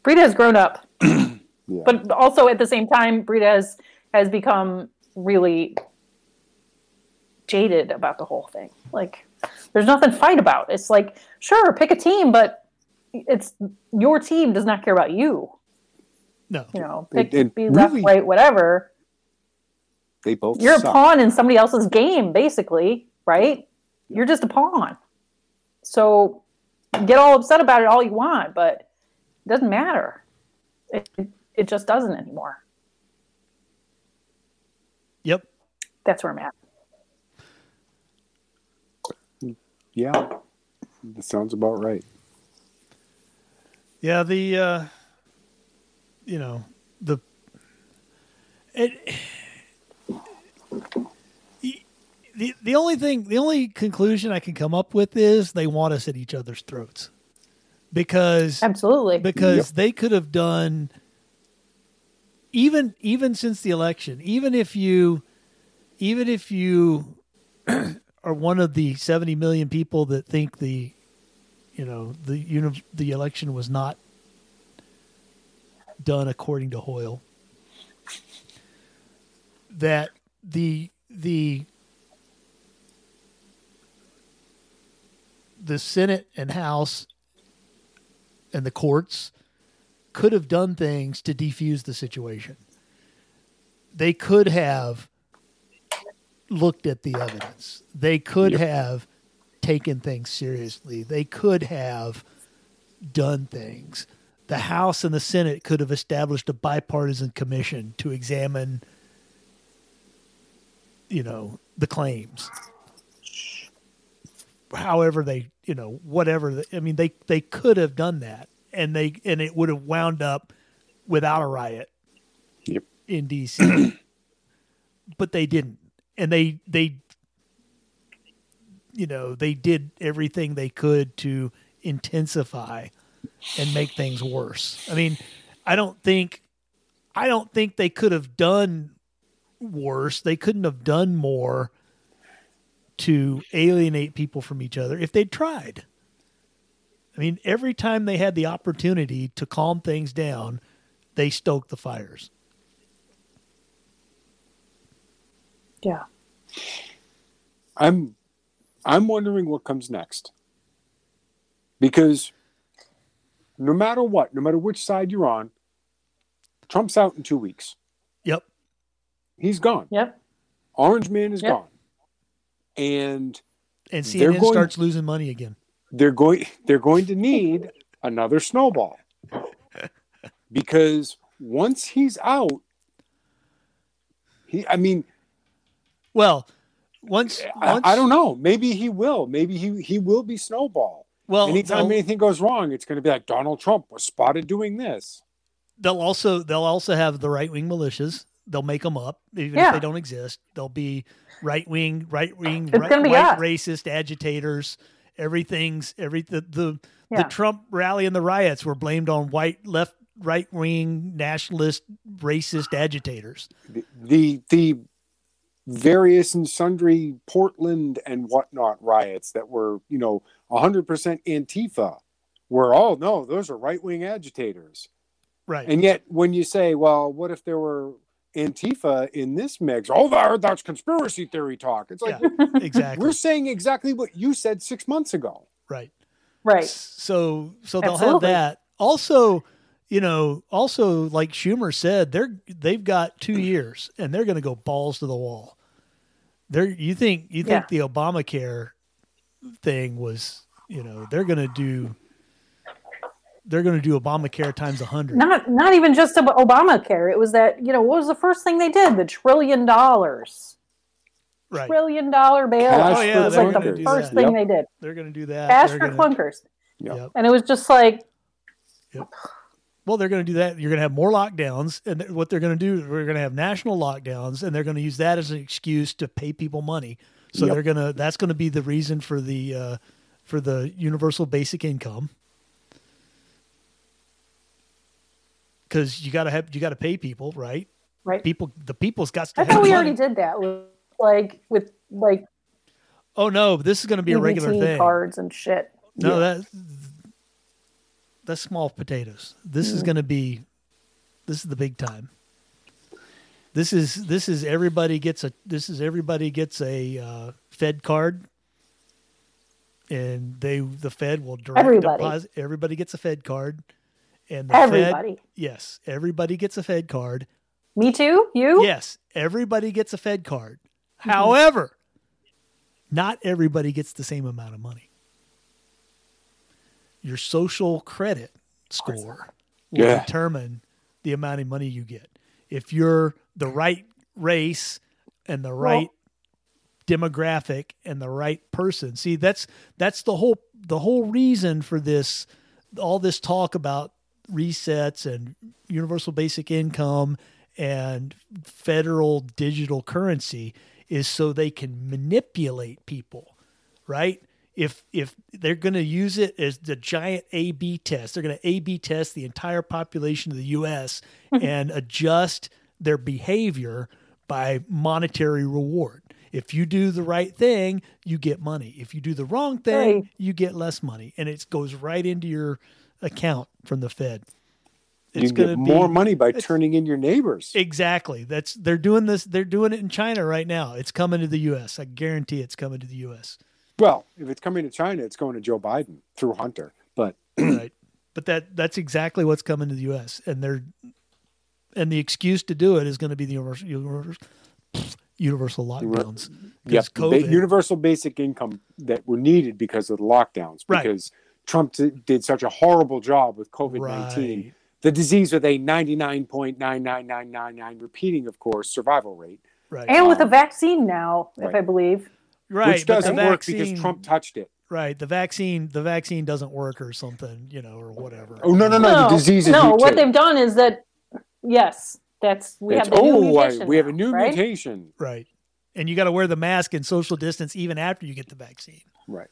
Speaker 1: Brita has grown up,
Speaker 3: Yeah,
Speaker 1: but also at the same time, Brita has, has become really jaded about the whole thing. Like, there's nothing to fight about. It's like, sure, pick a team, but it's your team does not care about you.
Speaker 2: No.
Speaker 1: You know,
Speaker 3: And-
Speaker 1: pick,
Speaker 3: and
Speaker 1: be left,
Speaker 3: really-
Speaker 1: right, whatever.
Speaker 3: they both.
Speaker 1: You're a
Speaker 3: suck.
Speaker 1: pawn in somebody else's game, basically, right? You're just a pawn. So get all upset about it all you want, but it doesn't matter. It, it just doesn't anymore.
Speaker 2: Yep.
Speaker 1: That's where I'm at.
Speaker 3: Yeah, that sounds about right.
Speaker 2: Yeah, the uh you know, the it the, the only thing the only conclusion I can come up with is they want us at each other's throats. Because
Speaker 1: Absolutely.
Speaker 2: because
Speaker 3: Yep.
Speaker 2: they could have done even even since the election even if you even if you are one of the 70 million people that think the you know the uni- the election was not done according to Hoyle that the the the Senate and House and the courts could have done things to defuse the situation. They could have looked at the evidence. They could
Speaker 3: Yep.
Speaker 2: have taken things seriously. They could have done things. The House and the Senate could have established a bipartisan commission to examine, you know, the claims. However, they, you know, whatever. The, I mean, they they could have done that, and they and it would have wound up without a riot
Speaker 3: Yep.
Speaker 2: in D.C. but they didn't, and they they you know they did everything they could to intensify and make things worse. I mean, I don't think I don't think they could have done worse. They couldn't have done more to alienate people from each other if they'd tried. I mean, every time they had the opportunity to calm things down, they stoked the fires.
Speaker 1: Yeah.
Speaker 3: I'm I'm wondering what comes next. Because no matter what, no matter which side you're on, Trump's out in 2 weeks.
Speaker 2: Yep.
Speaker 3: He's gone.
Speaker 1: Yep.
Speaker 3: Orange man is
Speaker 1: Yep.
Speaker 3: gone. And
Speaker 2: And
Speaker 3: They're
Speaker 2: CNN
Speaker 3: going-
Speaker 2: starts losing money again.
Speaker 3: they're going they're going to need another snowball. Because once he's out, he I mean,
Speaker 2: Well, once,
Speaker 3: I,
Speaker 2: once
Speaker 3: I don't know. Maybe he will. Maybe he he will be snowball.
Speaker 2: Well,
Speaker 3: Anytime
Speaker 2: they'll,
Speaker 3: anything goes wrong, it's going to be like Donald Trump was spotted doing this.
Speaker 2: they'll also they'll also have the right wing militias. They'll make them up, even if
Speaker 1: Yeah.
Speaker 2: they don't exist. They'll be right wing, right wing,
Speaker 1: It's
Speaker 2: right,
Speaker 1: gonna be
Speaker 2: white
Speaker 1: us.
Speaker 2: racist agitators. Everything's every the the,
Speaker 1: Yeah.
Speaker 2: the Trump rally and the riots were blamed on white left right wing nationalist racist agitators.
Speaker 3: The, the the various and sundry Portland and whatnot riots that were you know 100% Antifa were all no, those are right wing agitators.
Speaker 2: Right.
Speaker 3: And yet, when you say, well, what if there were Antifa in this mix? Oh, that- that's conspiracy theory talk. It's like
Speaker 2: yeah, exactly.
Speaker 3: we're saying exactly what you said six months ago.
Speaker 2: right.
Speaker 1: Right.
Speaker 2: So so they'll
Speaker 1: Absolutely.
Speaker 2: have that. Also, you know, also like Schumer said, they're they've got two years and they're going to go balls to the wall. They're you think you think the Obamacare thing was you know they're going to do they're going to do Obamacare times a hundred.
Speaker 1: Not not even just about Obamacare. It was that, you know, what was the first thing they did? The trillion dollars.
Speaker 2: right.
Speaker 1: Trillion dollar bailout.
Speaker 3: Cash
Speaker 2: Oh, yeah,
Speaker 1: was
Speaker 2: they're
Speaker 1: like
Speaker 2: gonna
Speaker 1: the
Speaker 2: do
Speaker 1: first
Speaker 2: that.
Speaker 1: thing they did.
Speaker 2: They're going to do that.
Speaker 1: Cash
Speaker 2: They're
Speaker 1: for
Speaker 2: gonna-
Speaker 1: clunkers.
Speaker 3: Yeah.
Speaker 2: Yep.
Speaker 1: And it was just like,
Speaker 2: Well, they're going to do that. You're going to have more lockdowns, and th- what they're going to do, we're going to have national lockdowns, and they're going to use that as an excuse to pay people money. So
Speaker 3: Yep.
Speaker 2: they're going to that's going to be the reason for the uh, for the universal basic income because you got to have you got to pay people, right?
Speaker 1: right.
Speaker 2: People, the people's got to.
Speaker 1: I
Speaker 2: have
Speaker 1: thought we
Speaker 2: money.
Speaker 1: already did that with like with like
Speaker 2: Oh no, this is going to be a regular
Speaker 1: EBT
Speaker 2: thing.
Speaker 1: cards and shit.
Speaker 2: No, that that's small potatoes. This is going to be this is the big time. This is this is everybody gets a this is everybody gets a uh, Fed card, and they the Fed will direct
Speaker 1: Everybody.
Speaker 2: deposit. Everybody gets a Fed card, and the Fed,
Speaker 1: Everybody.
Speaker 2: yes, everybody gets a Fed card,
Speaker 1: Me too? You?
Speaker 2: Yes, everybody gets a Fed card. However, not everybody gets the same amount of money. Your social credit score will
Speaker 3: Yeah.
Speaker 2: determine the amount of money you get. If you're the right race and the right demographic and the right person. See, that's that's the whole the whole reason for this all this talk about resets and universal basic income and federal digital currency is so they can manipulate people, right? If if they're going to use it as the giant A/B test, they're going to A/B test the entire population of the U.S. and adjust their behavior by monetary reward. If you do the right thing, you get money. If you do the wrong thing,
Speaker 1: Right.
Speaker 2: you get less money, and it goes right into your account from the Fed.
Speaker 3: you can get
Speaker 2: gonna
Speaker 3: more money by
Speaker 2: it's-
Speaker 3: turning in your neighbors.
Speaker 2: Exactly. That's they're doing this. They're doing it in China right now. It's coming to the U.S. I guarantee it's coming to the U.S.
Speaker 3: well, if it's coming to China, it's going to Joe Biden through Hunter. But
Speaker 2: right. But that that's exactly what's coming to the U.S. and they're and the excuse to do it is going to be the universal universal, universal lockdowns. 'Cause
Speaker 3: yes,
Speaker 2: COVID.
Speaker 3: universal basic income that were needed because of the lockdowns,
Speaker 2: Right.
Speaker 3: because Trump t- did such a horrible job with COVID 19.
Speaker 2: right.
Speaker 3: The disease with a 99.99999 repeating, of course, survival rate,
Speaker 2: Right.
Speaker 1: and with
Speaker 3: Um,
Speaker 1: a vaccine now, if
Speaker 3: right.
Speaker 1: I believe.
Speaker 2: right.
Speaker 3: which
Speaker 2: but the
Speaker 3: doesn't work because
Speaker 2: vaccine-
Speaker 3: Trump touched it.
Speaker 2: Right. The vaccine. The vaccine doesn't work or something. You know or whatever.
Speaker 3: Oh, no, no, no. the disease is
Speaker 1: no. What
Speaker 3: mutated.
Speaker 1: they've done is that yes, that's we
Speaker 3: It's,
Speaker 1: have the new
Speaker 3: oh, I-
Speaker 1: mutation
Speaker 3: we have
Speaker 1: now,
Speaker 3: a new
Speaker 1: right?
Speaker 3: mutation.
Speaker 2: Right. And you got to wear the mask and social distance even after you get the vaccine
Speaker 3: Right.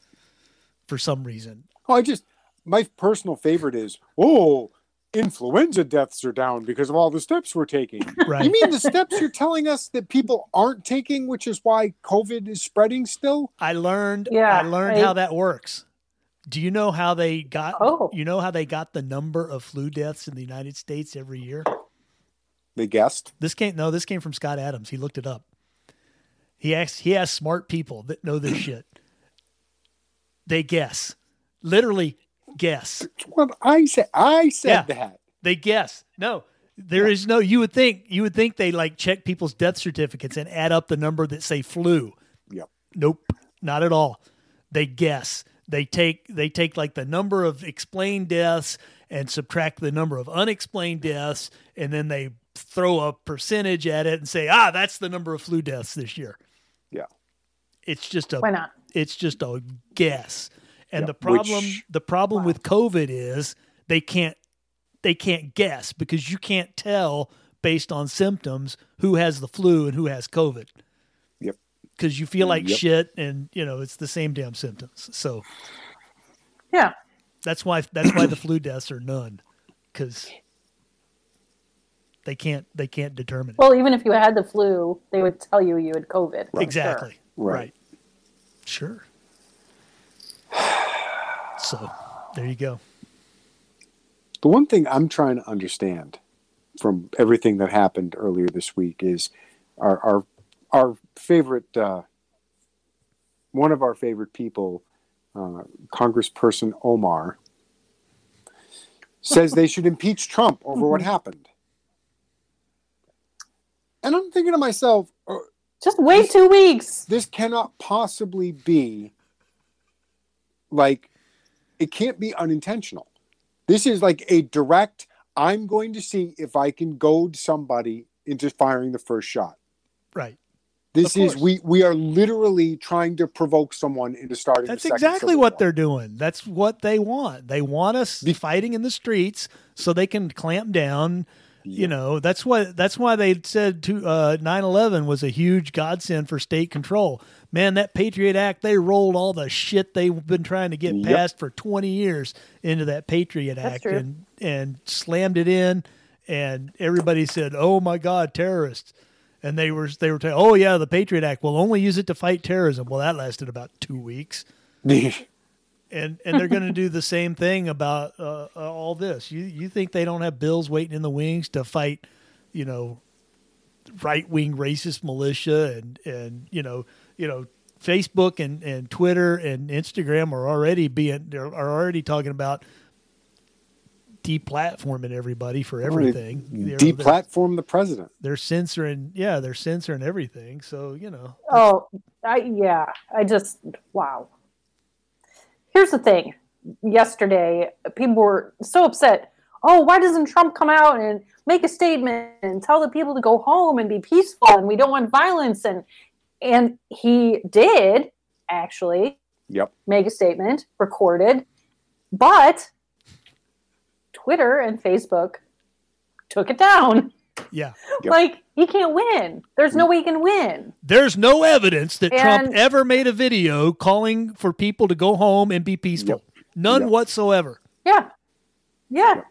Speaker 2: for some reason.
Speaker 3: Oh, I just my personal favorite is oh, influenza deaths are down because of all the steps we're taking.
Speaker 2: Right.
Speaker 3: You mean the steps you're telling us that people aren't taking, which is why COVID is spreading still?
Speaker 2: I learned
Speaker 1: Yeah,
Speaker 2: I learned
Speaker 1: right.
Speaker 2: how that works. Do you know how they got
Speaker 1: Oh.
Speaker 2: you know how they got the number of flu deaths in the United States every year?
Speaker 3: They guessed.
Speaker 2: This came no, this came from Scott Adams. He looked it up. He asked he asked smart people that know this shit. They guess. Literally guess.
Speaker 3: It's What I said, I said that.
Speaker 2: They guess. No. There is no you would think you would think they like check people's death certificates and add up the number that say flu.
Speaker 3: Yep.
Speaker 2: Nope, not at all. They guess. They take they take like the number of explained deaths and subtract the number of unexplained deaths, and then they throw a percentage at it and say, ah, that's the number of flu deaths this year.
Speaker 3: Yeah.
Speaker 2: It's just a
Speaker 1: Why not?
Speaker 2: it's just a guess. And
Speaker 3: Yeah,
Speaker 2: the problem
Speaker 3: which-
Speaker 2: the problem with COVID is they can't they can't guess because you can't tell based on symptoms who has the flu and who has COVID.
Speaker 3: Yep.
Speaker 2: Because you feel like
Speaker 3: Yep.
Speaker 2: shit and you know it's the same damn symptoms. So
Speaker 1: Yeah,
Speaker 2: that's why that's why the flu deaths are none. Because they can't they can't determine it.
Speaker 1: Well, even if you had the flu, they would tell you you had COVID. for
Speaker 2: exactly.
Speaker 3: Right.
Speaker 2: Sure. So there you go.
Speaker 3: The one thing I'm trying to understand from everything that happened earlier this week is our our our favorite uh, one of our favorite people, uh, Congressperson Omar, says they should impeach Trump over what happened. And I'm thinking to myself, "Oh,
Speaker 1: Sure. Just wait two weeks.
Speaker 3: this cannot possibly be like it can't be unintentional. This is like a direct I'm going to see if I can goad somebody into firing the first shot.
Speaker 2: Right.
Speaker 3: This
Speaker 2: Of
Speaker 3: is
Speaker 2: course.
Speaker 3: we we are literally trying to provoke someone into starting.
Speaker 2: That's
Speaker 3: the second
Speaker 2: exactly
Speaker 3: Civil
Speaker 2: what
Speaker 3: War.
Speaker 2: they're doing. That's what they want. They want us
Speaker 3: Be-
Speaker 2: fighting in the streets so they can clamp down.
Speaker 3: Yeah.
Speaker 2: You know, that's why that's why they said to uh 9/11 was a huge godsend for state control. Man, that Patriot Act, they rolled all the shit they've been trying to get
Speaker 3: Yep.
Speaker 2: passed for 20 years into that Patriot
Speaker 1: That's
Speaker 2: Act
Speaker 1: true.
Speaker 2: and and slammed it in and everybody said, "Oh my god, terrorists." And they were they were ta- "Oh yeah, the Patriot Act. We'll only use it to fight terrorism." Well, that lasted about 2 weeks and and they're going to do the same thing about uh, uh, all this. You you think they don't have bills waiting in the wings to fight, you know, right wing racist militia and and you know you know Facebook and and Twitter and Instagram are already being they're- are already talking about deplatforming everybody for everything. They're- they're,
Speaker 3: deplatform the president.
Speaker 2: they're censoring, yeah, they're censoring everything. So you know,
Speaker 1: Oh, I yeah. I just wow. Here's the thing. Yesterday, people were so upset. Oh, why doesn't Trump come out and make a statement and tell the people to go home and be peaceful and we don't want violence and and he did actually
Speaker 3: Yep.
Speaker 1: make a statement, recorded, but Twitter and Facebook took it down.
Speaker 2: yeah,
Speaker 3: Yep.
Speaker 1: Like he can't win. There's no way he can win.
Speaker 2: There's no evidence that Trump
Speaker 1: And-
Speaker 2: ever made a video calling for people to go home and be peaceful. None
Speaker 3: Yep.
Speaker 2: whatsoever.
Speaker 1: Yeah. Yeah.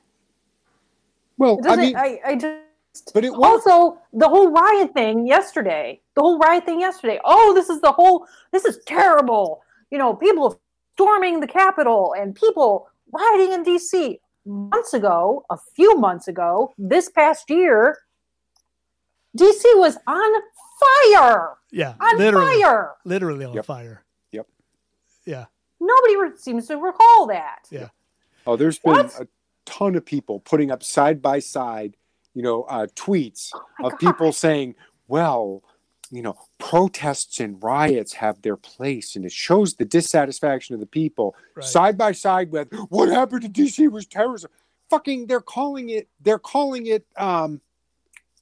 Speaker 3: Well,
Speaker 1: It
Speaker 3: I
Speaker 1: doesn't
Speaker 3: mean,
Speaker 1: I, I just
Speaker 3: But it was
Speaker 1: Also, the whole riot thing yesterday. The whole riot thing yesterday. Oh, this is the whole. This is terrible. You know, people storming the Capitol and people rioting in D.C. Months ago, a few months ago, this past year, D.C. was on fire.
Speaker 2: Yeah,
Speaker 1: On
Speaker 2: literally,
Speaker 1: fire.
Speaker 2: literally on
Speaker 3: Yep.
Speaker 2: fire.
Speaker 3: Yep.
Speaker 2: Yeah,
Speaker 1: Nobody re- seems to recall that.
Speaker 2: yeah,
Speaker 3: oh, there's been
Speaker 1: What?
Speaker 3: a ton of people putting up side by side, you know, uh, tweets
Speaker 1: Oh my
Speaker 3: of
Speaker 1: God.
Speaker 3: people saying, "Well, you know, protests and riots have their place, and it shows the dissatisfaction of the people."
Speaker 2: right.
Speaker 3: Side by side with what happened to DC was terrorism. Fucking, they're calling it. They're calling it um,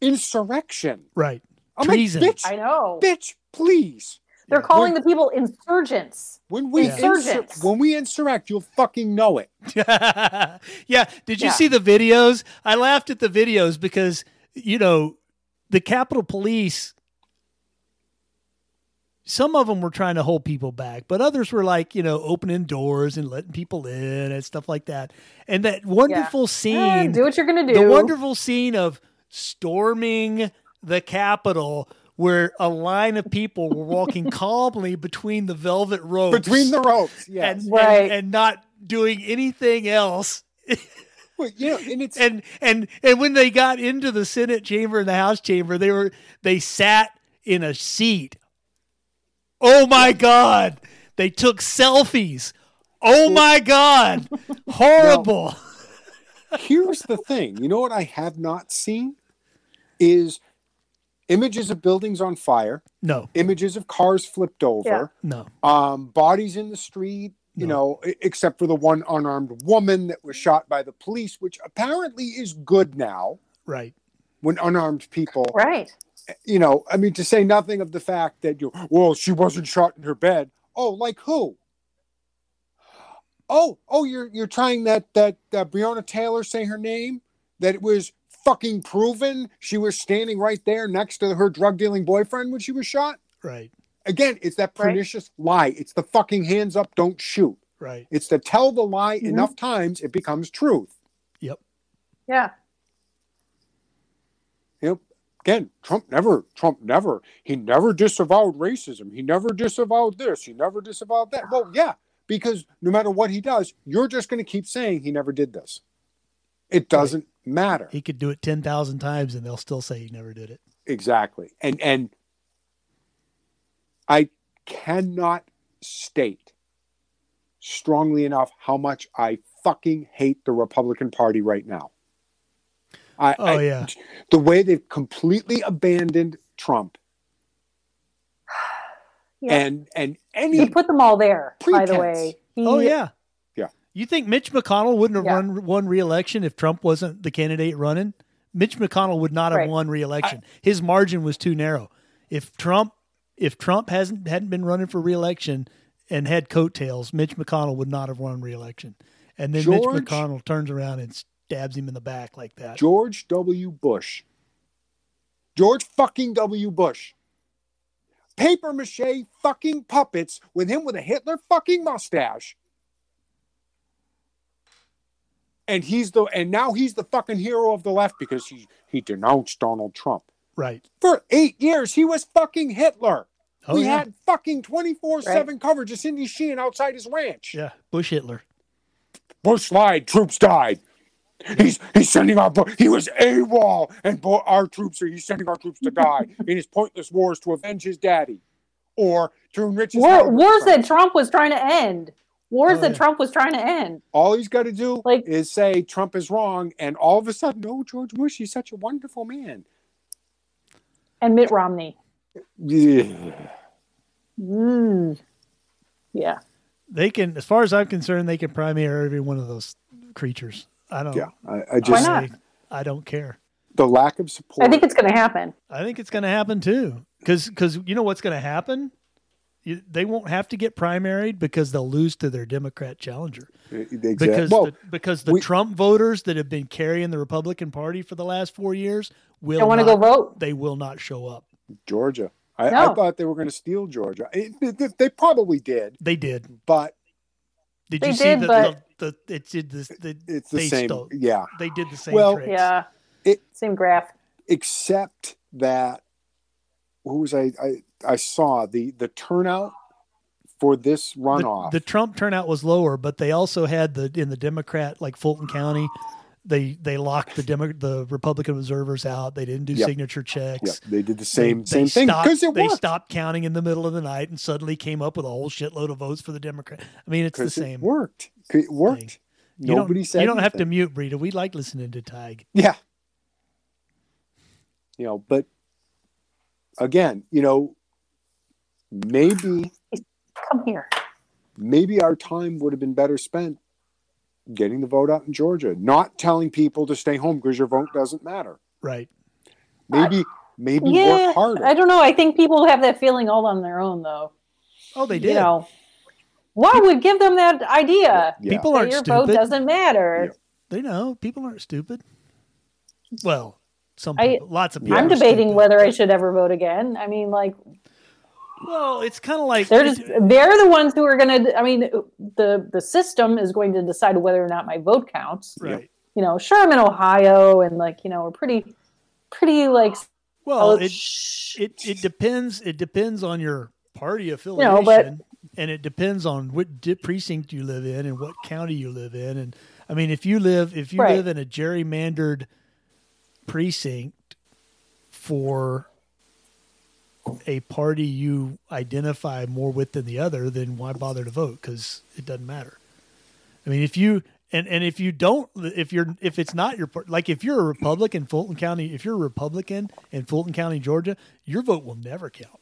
Speaker 3: insurrection.
Speaker 2: right.
Speaker 3: I'm
Speaker 2: Treason.
Speaker 3: Like, bitch,
Speaker 1: I know.
Speaker 3: bitch, please.
Speaker 1: They're
Speaker 2: Yeah.
Speaker 1: calling the people insurgents.
Speaker 3: When we
Speaker 2: Yeah.
Speaker 1: Insurgents.
Speaker 3: insur- when we insurrect, you'll fucking know it.
Speaker 2: yeah. Did you
Speaker 1: Yeah.
Speaker 2: see the videos? I laughed at the videos because, you know, the Capitol Police, some of them were trying to hold people back, but others were like, you know, opening doors and letting people in and stuff like that. And that wonderful
Speaker 1: Eh,
Speaker 2: scene,
Speaker 1: do what you're gonna do.
Speaker 2: the wonderful scene of storming the Capitol. Where a line of people were walking calmly between the velvet ropes,
Speaker 3: Between the ropes, yeah.
Speaker 2: Oh, and,
Speaker 1: Right.
Speaker 2: and and not doing anything else.
Speaker 3: Well, you know, and it's
Speaker 2: And and and when they got into the Senate chamber and the House chamber, they were they sat in a seat. Oh my God! They took selfies. Oh my God! Horrible.
Speaker 3: here's the thing. You know what I have not seen is images of buildings on fire,
Speaker 2: No,
Speaker 3: images of cars flipped over,
Speaker 2: no,
Speaker 3: um, bodies in the street. You know, e- except for the one unarmed woman that was shot by the police, which apparently is good now
Speaker 2: right.
Speaker 3: when unarmed people
Speaker 1: right.
Speaker 3: you know, I mean, to say nothing of the fact that you, well, she wasn't shot in her bed. Oh, like who? Oh, oh, you're you're trying that that uh, Breonna Taylor say her name that it was fucking proven she was standing right there next to her drug dealing boyfriend when she was shot.
Speaker 2: Right,
Speaker 3: Again, it's that
Speaker 1: Right.
Speaker 3: pernicious lie. It's the fucking hands up, don't shoot.
Speaker 2: right.
Speaker 3: It's to tell the lie
Speaker 1: Mhm.
Speaker 3: enough times it becomes truth.
Speaker 2: Yep.
Speaker 1: Yeah.
Speaker 3: you know, again, Trump never, Trump never, he never disavowed racism. He never disavowed this. He never disavowed that. Well, yeah, because no matter what he does, you're just going to keep saying he never did this. It doesn't matter
Speaker 2: He could do it ten thousand times, and they'll still say he never did it.
Speaker 3: exactly, and and I cannot state strongly enough how much I fucking hate the Republican Party right now. I,
Speaker 2: Oh
Speaker 3: I-
Speaker 2: yeah,
Speaker 3: the way they've completely abandoned Trump
Speaker 1: Yeah.
Speaker 3: and and
Speaker 1: He
Speaker 3: any
Speaker 1: put them all there, by
Speaker 3: Pretense.
Speaker 1: the way. He-
Speaker 2: oh yeah,
Speaker 3: Yeah.
Speaker 2: You think Mitch McConnell wouldn't have
Speaker 1: Yeah.
Speaker 2: run won re-election if Trump wasn't the candidate running? Mitch McConnell would not have
Speaker 1: Right.
Speaker 2: won re-election. His margin was too narrow. If Trump, if Trump hasn't hadn't been running for re-election and had coattails, Mitch McConnell would not have won re-election. And then
Speaker 3: George-
Speaker 2: Mitch McConnell turns around and stabs him in the back like that.
Speaker 3: George W. Bush, George fucking W. Bush, paper mache fucking puppets with him with a Hitler fucking mustache, and he's the and now he's the fucking hero of the left because he he denounced Donald Trump
Speaker 2: right?
Speaker 3: for eight years. He was fucking Hitler.
Speaker 2: Oh
Speaker 3: we
Speaker 2: yeah,
Speaker 3: had fucking 24 7 coverage of Cindy Sheehan outside his ranch.
Speaker 2: yeah. Bush Hitler.
Speaker 3: Bush lied, troops died. He's he's sending our bo- he was AWOL and bo- our troops are he's sending our troops to die in his pointless wars to avenge his daddy or to enrich his
Speaker 1: War,
Speaker 3: mother.
Speaker 1: wars that Trump was trying to end. Wars
Speaker 2: Oh,
Speaker 1: that
Speaker 2: yeah.
Speaker 1: Trump was trying to end.
Speaker 3: all he's got to do
Speaker 1: Like-
Speaker 3: is say Trump is wrong and all of a sudden oh George Bush he's such a wonderful man.
Speaker 1: And Mitt Romney.
Speaker 3: Yeah.
Speaker 1: Mm. Yeah.
Speaker 2: They can, as far as I'm concerned, they can primary every one of those creatures. I don't.
Speaker 3: Yeah, I, I
Speaker 1: Why
Speaker 3: just
Speaker 1: not?
Speaker 2: I, I don't care.
Speaker 3: the lack of support.
Speaker 1: I think it's going to happen.
Speaker 2: I think it's going to happen too, because you know what's going to happen. You, they won't have to get primaried because they'll lose to their Democrat challenger
Speaker 3: exactly.
Speaker 2: because
Speaker 3: e, well,
Speaker 2: the, because the
Speaker 3: we-
Speaker 2: Trump voters that have been carrying the Republican Party for the last four years will
Speaker 1: They want to go
Speaker 2: not,
Speaker 1: vote.
Speaker 2: They will not show up.
Speaker 3: Georgia. I, I
Speaker 1: No.
Speaker 3: thought they were going to steal Georgia. It- it- they probably did,
Speaker 2: They did.
Speaker 3: but
Speaker 2: Did
Speaker 1: They
Speaker 2: you see
Speaker 1: did,
Speaker 2: the,
Speaker 1: but-
Speaker 2: the, the it did this? The,
Speaker 3: it's the
Speaker 2: They
Speaker 3: same.
Speaker 2: stole-
Speaker 3: Yeah.
Speaker 2: they did the same.
Speaker 3: Well-
Speaker 2: tricks.
Speaker 1: Yeah.
Speaker 3: It-
Speaker 1: Same graph.
Speaker 3: except that who was I, I I saw the the turnout for this
Speaker 2: The,
Speaker 3: runoff.
Speaker 2: the Trump turnout was lower, but they also had the in the Democrat like Fulton County, they they locked the Demo- the Republican observers out. They didn't do
Speaker 3: Yep.
Speaker 2: signature checks.
Speaker 3: yeah, they did the same
Speaker 2: they,
Speaker 3: same
Speaker 2: they
Speaker 3: thing
Speaker 2: stopped-
Speaker 3: because it
Speaker 2: they
Speaker 3: worked.
Speaker 2: stopped counting in the middle of the night and suddenly came up with a whole shitload of votes for the Democrat. I mean, it's the
Speaker 3: 'Cause It
Speaker 2: same.
Speaker 3: worked. It worked.
Speaker 2: thing. You don't-
Speaker 3: Nobody said
Speaker 2: You don't have to
Speaker 3: anything.
Speaker 2: mute Brita. We like listening to Tig.
Speaker 3: Yeah. You know, but again, you know, maybe
Speaker 1: Come here.
Speaker 3: maybe our time would have been better spent getting the vote out in Georgia, not telling people to stay home because your vote doesn't matter.
Speaker 2: Right.
Speaker 3: Maybe maybe
Speaker 1: Yeah,
Speaker 3: work harder.
Speaker 1: I don't know. I think people have that feeling all on their own, though.
Speaker 2: Oh, they did.
Speaker 1: You know, why would give them that idea?
Speaker 3: yeah.
Speaker 2: People
Speaker 1: that
Speaker 2: aren't
Speaker 1: your vote
Speaker 2: stupid.
Speaker 1: doesn't matter.
Speaker 2: they know people aren't stupid. Well, some
Speaker 1: I-
Speaker 2: people, lots of
Speaker 3: Yeah.
Speaker 2: people.
Speaker 1: I'm
Speaker 2: are
Speaker 1: debating
Speaker 2: stupid.
Speaker 1: whether I should ever vote again. I mean, like
Speaker 2: Well, it's kind of like
Speaker 1: they're just they're the ones who are going to. I mean, the the system is going to decide whether or not my vote counts.
Speaker 2: right.
Speaker 1: You know, sure, I'm in Ohio, and like you know, we're pretty, pretty like.
Speaker 2: Well,
Speaker 1: solid-
Speaker 2: it it it depends. It depends on your party affiliation,
Speaker 1: No, but-
Speaker 2: and it depends on what di- precinct you live in and what county you live in. And I mean, if you live if you
Speaker 1: Right.
Speaker 2: live in a gerrymandered precinct for a party you identify more with than the other, then why bother to vote? Because it doesn't matter. I mean, if you and and if you don't, if you're if it's not your par- like if you're a Republican, Fulton County, if you're a Republican in Fulton County, Georgia, your vote will never count,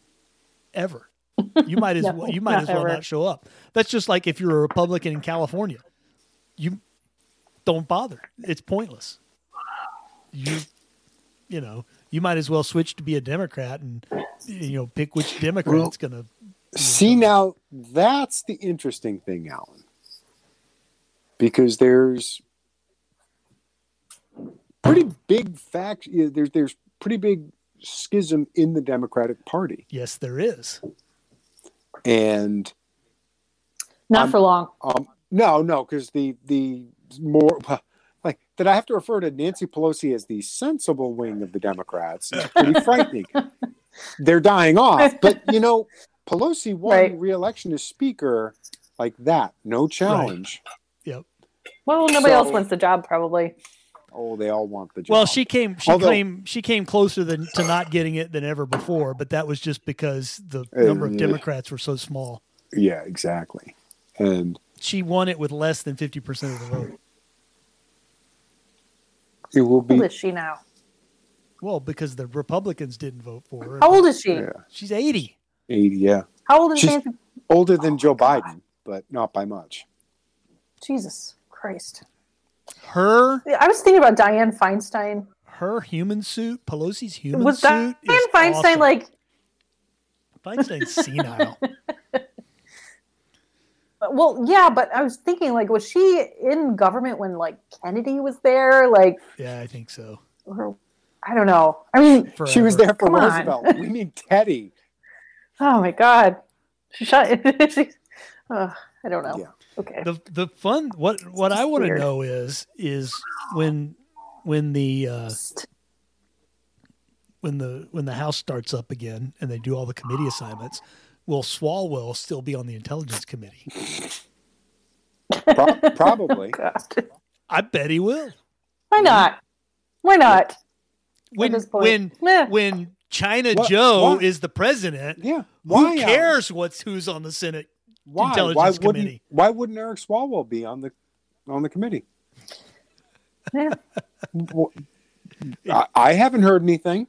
Speaker 2: ever. You might as
Speaker 1: No,
Speaker 2: well you might
Speaker 1: not
Speaker 2: as well
Speaker 1: ever.
Speaker 2: not show up. That's just like if you're a Republican in California, you don't bother. It's pointless. You you know you might as well switch to be a Democrat and you know pick which Democrat's gonna
Speaker 3: See now, that's the interesting thing, Alan, because there's pretty big fact. yeah, There's there's pretty big schism in the Democratic Party,
Speaker 2: yes there is
Speaker 3: and
Speaker 1: Not
Speaker 3: I'm-
Speaker 1: for long.
Speaker 3: um, no, no, because the the more well, like that I have to refer to Nancy Pelosi as the sensible wing of the Democrats is pretty frightening. They're dying off, but you know, Pelosi won
Speaker 1: Right.
Speaker 3: re-election as Speaker like that, no challenge.
Speaker 1: Well, nobody
Speaker 3: So-
Speaker 1: else wants the job, probably.
Speaker 3: Oh, they all want the job.
Speaker 2: Well, she came. She
Speaker 3: Although-
Speaker 2: came. She came closer than to not getting it than ever before. But that was just because the
Speaker 3: Uh,
Speaker 2: number of
Speaker 3: yeah.
Speaker 2: Democrats were so small.
Speaker 3: Yeah, exactly. And
Speaker 2: She won it with less than fifty percent of the vote.
Speaker 3: it will
Speaker 1: How
Speaker 3: be.
Speaker 1: old is she now?
Speaker 2: Well, because the Republicans didn't vote for her.
Speaker 1: How old is she?
Speaker 3: Yeah,
Speaker 2: She's eighty.
Speaker 3: 80, yeah.
Speaker 1: How old is
Speaker 3: She's-
Speaker 1: Nancy?
Speaker 3: Older
Speaker 1: Oh,
Speaker 3: than Joe Biden, but not by much.
Speaker 1: Jesus Christ.
Speaker 2: Her
Speaker 1: Yeah, I was thinking about Diane Feinstein.
Speaker 2: her human suit. Pelosi's human
Speaker 1: Was Diane
Speaker 2: suit. is
Speaker 1: Feinstein
Speaker 2: awesome.
Speaker 1: like,
Speaker 2: Feinstein's senile?
Speaker 1: well, yeah, but I was thinking, like, was she in government when, like, Kennedy was there? Like,
Speaker 2: Yeah, I think so.
Speaker 1: or, I don't know. I mean,
Speaker 3: She was there for
Speaker 1: Come on.
Speaker 3: Roosevelt. We need Teddy.
Speaker 1: oh my God. She shot. she, uh, I don't know.
Speaker 3: Yeah.
Speaker 1: Okay.
Speaker 2: the the fun. What what I want to
Speaker 1: Weird.
Speaker 2: know is is when when the uh, when the when the house starts up again and they do all the committee assignments, will Swalwell still be on the intelligence committee?
Speaker 3: Pro- probably.
Speaker 1: God.
Speaker 2: I bet he will.
Speaker 1: Why not? Why not?
Speaker 2: When
Speaker 1: At this point.
Speaker 2: when
Speaker 1: Meh.
Speaker 2: when China
Speaker 3: What-
Speaker 2: Joe
Speaker 3: what?
Speaker 2: is the president,
Speaker 3: Yeah. Why uh,
Speaker 2: who
Speaker 3: Alan?
Speaker 2: cares what's who's on the Senate?
Speaker 3: Why?
Speaker 2: Intelligence
Speaker 3: why wouldn't
Speaker 2: Committee.
Speaker 3: Why wouldn't Eric Swalwell be on the on the committee?
Speaker 1: Yeah.
Speaker 3: Wh- I, I haven't heard anything.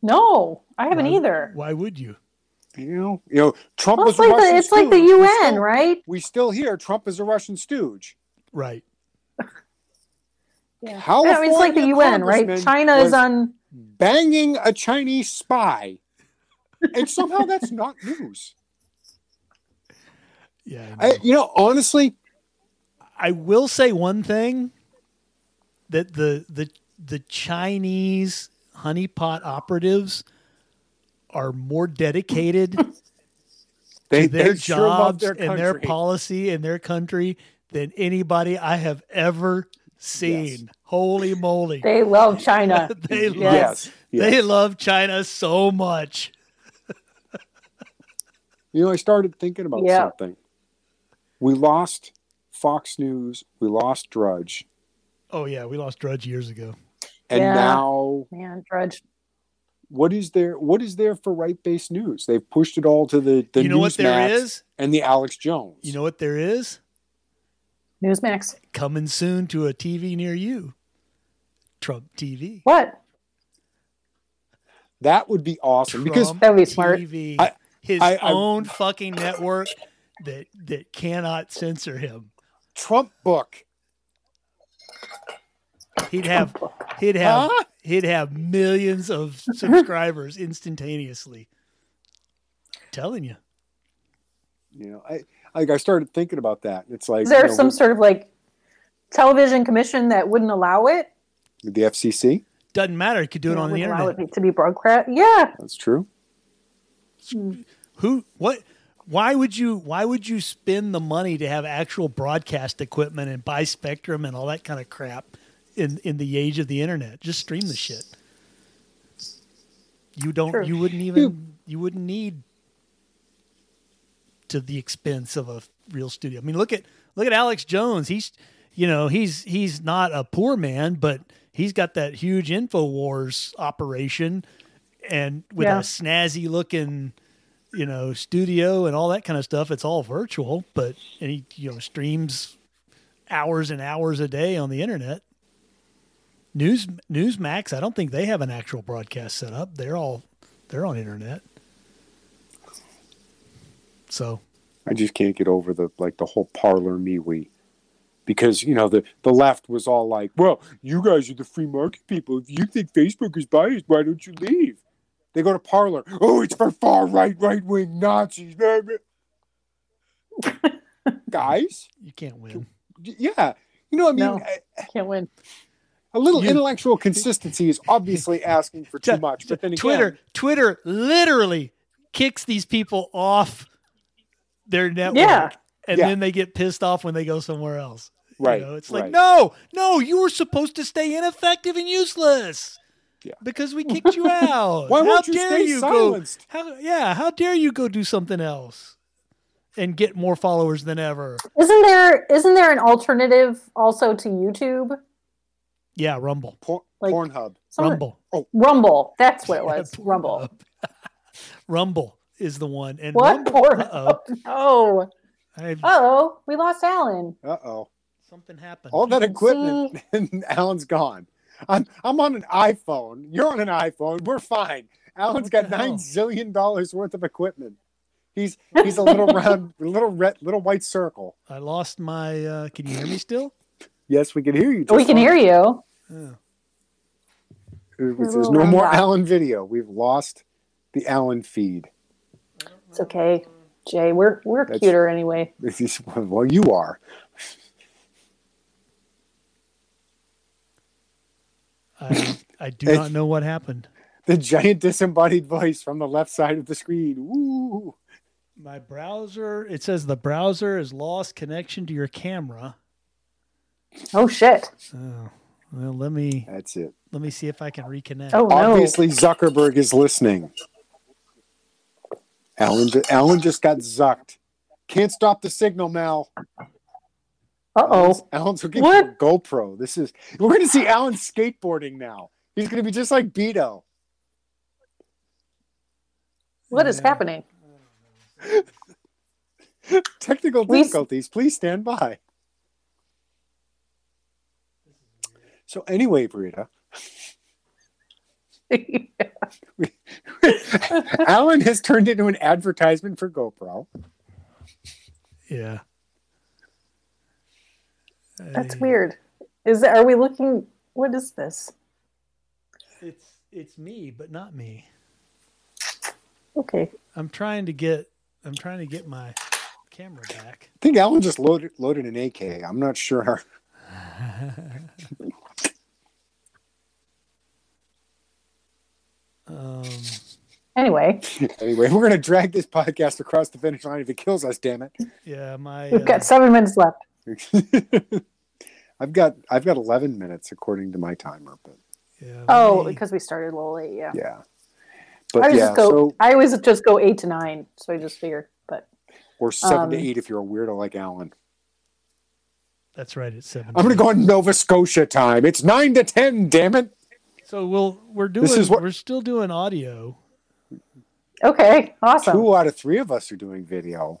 Speaker 1: No, I haven't
Speaker 2: Why-
Speaker 1: either.
Speaker 2: Why would you?
Speaker 3: You know, you know, Trump
Speaker 1: Well,
Speaker 3: was
Speaker 1: it's
Speaker 3: a
Speaker 1: like
Speaker 3: Russian
Speaker 1: the, it's like the
Speaker 3: stooge. We
Speaker 1: UN,
Speaker 3: still-
Speaker 1: right?
Speaker 3: We still hear Trump is a Russian stooge.
Speaker 2: Right.
Speaker 1: Yeah.
Speaker 3: How
Speaker 1: I mean, it's like the UN, right? China is on.
Speaker 3: banging a Chinese spy. And somehow that's not news.
Speaker 2: Yeah. I know.
Speaker 3: I, you know, honestly,
Speaker 2: I will say one thing that the the the Chinese honeypot operatives are more dedicated
Speaker 3: they,
Speaker 2: to their
Speaker 3: they sure love
Speaker 2: jobs
Speaker 3: their
Speaker 2: and their
Speaker 3: country.
Speaker 2: policy and their country than anybody I have ever scene. Holy moly.
Speaker 1: They love China.
Speaker 2: They love
Speaker 1: Yes.
Speaker 3: Yes. yes.
Speaker 2: they love China so much.
Speaker 3: You know, I started thinking about
Speaker 1: Yeah.
Speaker 3: something. We lost Fox News, we lost Drudge,
Speaker 2: Oh yeah, we lost Drudge years ago.
Speaker 3: and
Speaker 1: Yeah.
Speaker 3: now
Speaker 1: Man, Drudge.
Speaker 3: what is there? What is there for right-based news? They've pushed it all to the the
Speaker 2: you know what there
Speaker 3: Newsmax
Speaker 2: is?
Speaker 3: and the Alex Jones.
Speaker 2: You know what there is?
Speaker 1: Newsmax.
Speaker 2: Coming soon to a TV near you. Trump TV.
Speaker 1: What?
Speaker 3: that would be awesome because
Speaker 2: Trump
Speaker 1: That'd be smart.
Speaker 2: TV.
Speaker 3: I-
Speaker 2: his
Speaker 3: I- I-
Speaker 2: own fucking network that that cannot censor him.
Speaker 3: Trump book.
Speaker 2: He'd
Speaker 1: Oh,
Speaker 2: have he'd have
Speaker 3: Huh?
Speaker 2: he'd have millions of subscribers instantaneously. Telling you.
Speaker 3: You know, I like I started thinking about that. It's like
Speaker 1: Is there
Speaker 3: you know,
Speaker 1: some sort of like television commission that wouldn't allow it?
Speaker 3: with the FCC.
Speaker 2: Doesn't matter. He could do it on the
Speaker 1: Wouldn't allow
Speaker 2: internet.
Speaker 1: it to be broadcast. Yeah.
Speaker 3: That's true.
Speaker 2: Who what why would you why would you spend the money to have actual broadcast equipment and buy spectrum and all that kind of crap in in the age of the internet? Just stream the shit. You don't
Speaker 1: True.
Speaker 2: you wouldn't even you wouldn't need to the expense of a real studio. I mean, look at look at Alex Jones. He's you know, he's he's not a poor man, but he's got that huge InfoWars operation and with
Speaker 1: Yeah.
Speaker 2: a snazzy looking you know, studio and all that kind of stuff. It's all virtual, but and he you know streams hours and hours a day on the internet. News Newsmax, I don't think they have an actual broadcast set up. They're all they're on internet. So
Speaker 3: I just can't get over the like the whole parlor me we. Because you know the the left was all like, "Well, you guys are the free market people. If you think Facebook is biased, why don't you leave?" They go to parlor. Oh, it's for far right, right wing Nazis. blah, blah." Guys,
Speaker 2: you can't win.
Speaker 3: yeah, you know, I mean,
Speaker 1: No.
Speaker 3: a,
Speaker 1: Can't win.
Speaker 3: a little
Speaker 2: You-
Speaker 3: intellectual consistency is obviously asking for too much. But then again,
Speaker 2: Twitter Twitter literally kicks these people off their network.
Speaker 1: Yeah.
Speaker 2: And
Speaker 3: Yeah.
Speaker 2: then they get pissed off when they go somewhere else. You
Speaker 3: right?
Speaker 2: know, it's like,
Speaker 3: right.
Speaker 2: no, no, you were supposed to stay ineffective and useless.
Speaker 3: Yeah.
Speaker 2: Because we kicked you out.
Speaker 3: why
Speaker 2: how
Speaker 3: won't you
Speaker 2: dare
Speaker 3: stay
Speaker 2: you
Speaker 3: silenced?
Speaker 2: go? How, yeah, how dare you go do something else and get more followers than ever?
Speaker 1: Isn't there isn't there an alternative also to YouTube?
Speaker 2: Yeah, Rumble,
Speaker 3: Por-
Speaker 1: Like-
Speaker 3: Pornhub.
Speaker 1: Some-
Speaker 2: Rumble,
Speaker 1: Rumble. That's what it was.
Speaker 2: Yeah,
Speaker 1: Rumble.
Speaker 2: Rumble is the one. And
Speaker 1: What?
Speaker 2: Rumble-
Speaker 1: Porn?
Speaker 2: Uh-oh.
Speaker 1: Oh.
Speaker 2: I-
Speaker 1: Oh, we lost Alan.
Speaker 3: Uh oh.
Speaker 2: something happened.
Speaker 3: all that equipment and Alan's gone. I'm I'm on an iPhone. You're on an iPhone. We're fine. Alan's
Speaker 2: What the
Speaker 3: got nine
Speaker 2: hell?
Speaker 3: zillion dollars worth of equipment. He's he's a little round, little red, little white circle.
Speaker 2: I lost my. Uh, can you hear me still?
Speaker 3: Yes, we can hear you.
Speaker 1: we can hear you.
Speaker 2: Oh.
Speaker 3: you.
Speaker 1: You're a
Speaker 3: There's
Speaker 1: little
Speaker 3: no
Speaker 1: round
Speaker 3: more
Speaker 1: guy.
Speaker 3: Alan video. We've lost the Alan feed.
Speaker 1: It's okay, Jay. We're we're
Speaker 3: That's-
Speaker 1: cuter anyway.
Speaker 3: This is- well, you are.
Speaker 2: I, I do
Speaker 3: Hey.
Speaker 2: not know what happened.
Speaker 3: The giant disembodied voice from the left side of the screen. Woo!
Speaker 2: My browser, it says the browser has lost connection to your camera.
Speaker 1: Oh shit.
Speaker 2: Oh, well, let me
Speaker 3: That's it.
Speaker 2: let me see if I can reconnect.
Speaker 1: Oh no.
Speaker 3: Obviously, Zuckerberg is listening. Alan, ju- Alan just got zucked. Can't stop the signal, Mal.
Speaker 1: Uh
Speaker 3: Alan's-
Speaker 1: oh.
Speaker 3: Alan's looking
Speaker 1: What?
Speaker 3: for a GoPro. This is we're going to see Alan skateboarding now. He's going to be just like Beto.
Speaker 1: What is
Speaker 2: Yeah.
Speaker 1: happening?
Speaker 3: Technical
Speaker 1: We-
Speaker 3: difficulties. Please stand by. So anyway, Brita, Alan has turned into an advertisement for GoPro.
Speaker 2: Yeah.
Speaker 1: That's
Speaker 2: I-
Speaker 1: weird. Is that, are we looking? What is this?
Speaker 2: It's it's me, but not me.
Speaker 1: Okay.
Speaker 2: I'm trying to get I'm trying to get my camera back.
Speaker 3: I think Alan just loaded loaded an AK. I'm not sure.
Speaker 2: um,
Speaker 1: Anyway,
Speaker 3: Anyway, we're going to drag this podcast across the finish line if it kills us, damn it.
Speaker 2: yeah, my
Speaker 1: we've
Speaker 2: uh,
Speaker 1: got seven minutes left.
Speaker 3: I've got I've got 11 minutes according to my timer, but
Speaker 2: Yeah.
Speaker 1: Oh,
Speaker 2: me.
Speaker 1: because we started a little late. Yeah.
Speaker 3: yeah.
Speaker 1: I
Speaker 3: But
Speaker 1: always
Speaker 3: yeah,
Speaker 1: just go.
Speaker 3: so
Speaker 1: I always just go eight to nine. So I just figure, but
Speaker 3: or seven to
Speaker 1: um,
Speaker 3: eight if you're a weirdo like Alan.
Speaker 2: that's right. It's seven.
Speaker 3: I'm gonna go on Nova Scotia time. It's nine to ten. Damn it!
Speaker 2: So we'll we're doing.
Speaker 3: This is what-
Speaker 2: we're still doing audio.
Speaker 1: okay, awesome.
Speaker 3: Two out of three of us are doing video.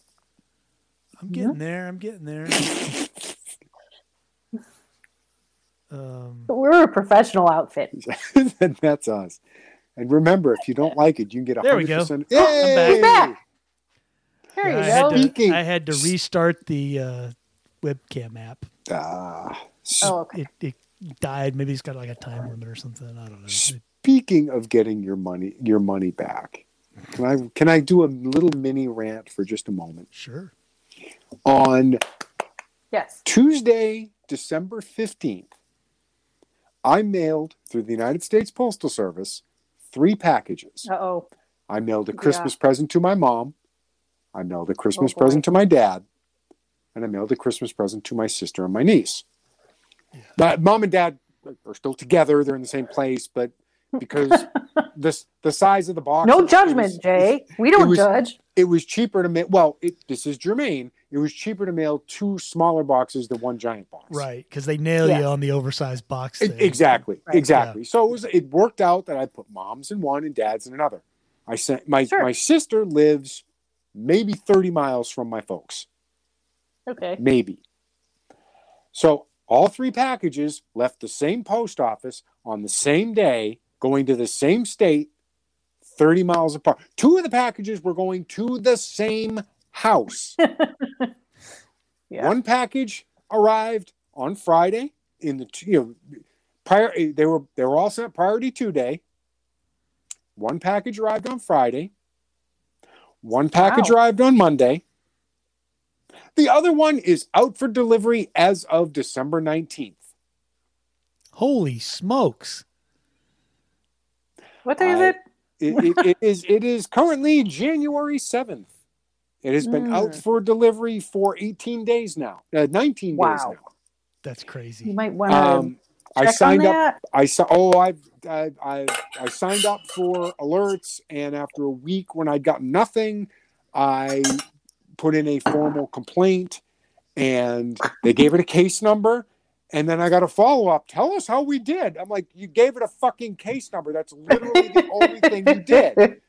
Speaker 2: I'm
Speaker 1: Yeah.
Speaker 2: getting there. I'm getting there. um,
Speaker 1: We're a professional outfit.
Speaker 3: and that's us. And remember, if you don't like it, you can get a
Speaker 2: There we
Speaker 3: hundred
Speaker 2: go. Oh,
Speaker 3: percent.
Speaker 2: I'm back.
Speaker 1: He's back. There
Speaker 2: I,
Speaker 1: you
Speaker 2: had
Speaker 1: go.
Speaker 2: to,
Speaker 3: Speaking.
Speaker 2: I had to restart the uh, webcam app.
Speaker 3: Ah,
Speaker 1: Oh, okay.
Speaker 2: It, it died. Maybe it's got like a time limit or something. I don't know. It-
Speaker 3: speaking of getting your money your money back, can I can I do a little mini rant for just a moment
Speaker 2: sure.
Speaker 3: on
Speaker 1: Yes.
Speaker 3: Tuesday, December 15th, I mailed through the United States Postal Service three packages.
Speaker 1: Uh oh.
Speaker 3: I mailed a
Speaker 1: Yeah. Oh,
Speaker 3: Christmas present to my mom, I mailed a Christmas
Speaker 1: boy.
Speaker 3: present to my dad, and I mailed a Christmas present to my sister and my niece. My mom and dad are still together, they're in the same place, but because this the size of the box
Speaker 1: No
Speaker 3: was-
Speaker 1: judgment, Jay. We
Speaker 3: it
Speaker 1: don't
Speaker 3: was-
Speaker 1: judge.
Speaker 3: it was cheaper to mail well it, this is germane it was cheaper to mail two smaller boxes than one giant box
Speaker 2: Right, because they nail
Speaker 1: Yeah.
Speaker 2: you on the oversized box.
Speaker 3: E-
Speaker 2: Thing.
Speaker 3: Exactly.
Speaker 1: Right.
Speaker 3: Exactly. So it was it worked out that I put moms in one and dads in another. I sent my
Speaker 1: Sure.
Speaker 3: my sister lives maybe 30 miles from my folks.
Speaker 1: Okay.
Speaker 3: Maybe. So all three packages left the same post office on the same day, going to the same state, 30 miles apart. Two of the packages were going to the same house.
Speaker 1: Yeah.
Speaker 3: One package arrived on Friday in the you know prior they were they were all sent priority two day. One package arrived on Friday. One package
Speaker 1: Wow.
Speaker 3: arrived on Monday. The other one is out for delivery as of December 19th.
Speaker 2: Holy smokes!
Speaker 1: What day is
Speaker 3: I-
Speaker 1: it?
Speaker 3: It- it- it is it is currently January 7th. It has been out
Speaker 1: Mm.
Speaker 3: for delivery for 18 days now. Uh, 19 days
Speaker 1: Wow.
Speaker 3: now.
Speaker 2: That's
Speaker 1: You
Speaker 2: crazy.
Speaker 1: might want to
Speaker 3: Um,
Speaker 1: check
Speaker 3: I signed
Speaker 1: on
Speaker 3: up
Speaker 1: that.
Speaker 3: I saw. Oh, I've I, I I signed up for alerts, and after a week when I got nothing, I put in a formal complaint, and they gave it a case number, and then I got a follow up. Tell us how we did. I'm like, you gave it a fucking case number. That's literally the only thing you did.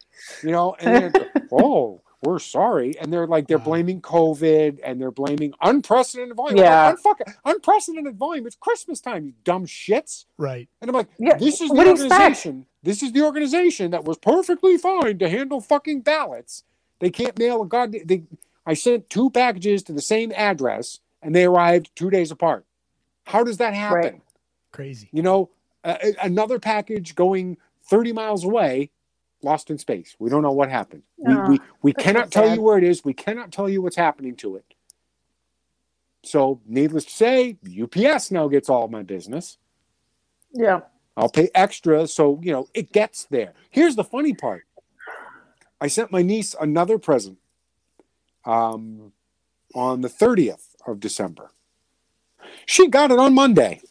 Speaker 3: You know, and then oh. We're sorry, and they're like they're
Speaker 2: Wow.
Speaker 3: blaming COVID and they're blaming unprecedented volume.
Speaker 1: Yeah.
Speaker 3: I'm like, "Unfucking- unprecedented volume. It's Christmas time, you dumb shits.
Speaker 2: Right.
Speaker 3: And I'm like,
Speaker 1: Yeah,
Speaker 3: this is the
Speaker 1: what do you expect?
Speaker 3: organization. This is the organization that was perfectly fine to handle fucking ballots. They can't mail a god. They, I sent two packages to the same address, and they arrived two days apart. How does that happen?
Speaker 1: Right.
Speaker 2: Crazy.
Speaker 3: You know, uh, another package going 30 miles away, lost in space. We don't know what happened.
Speaker 1: Aw,
Speaker 3: we we, we
Speaker 1: Ah, that's
Speaker 3: cannot
Speaker 1: so
Speaker 3: tell
Speaker 1: sad.
Speaker 3: you where it is. We cannot tell you what's happening to it. So, needless to say, UPS now gets all my business.
Speaker 1: yeah.
Speaker 3: I'll pay extra so you know it gets there. Here's the funny part. I sent my niece another present um, on the 30th of December. She got it on Monday.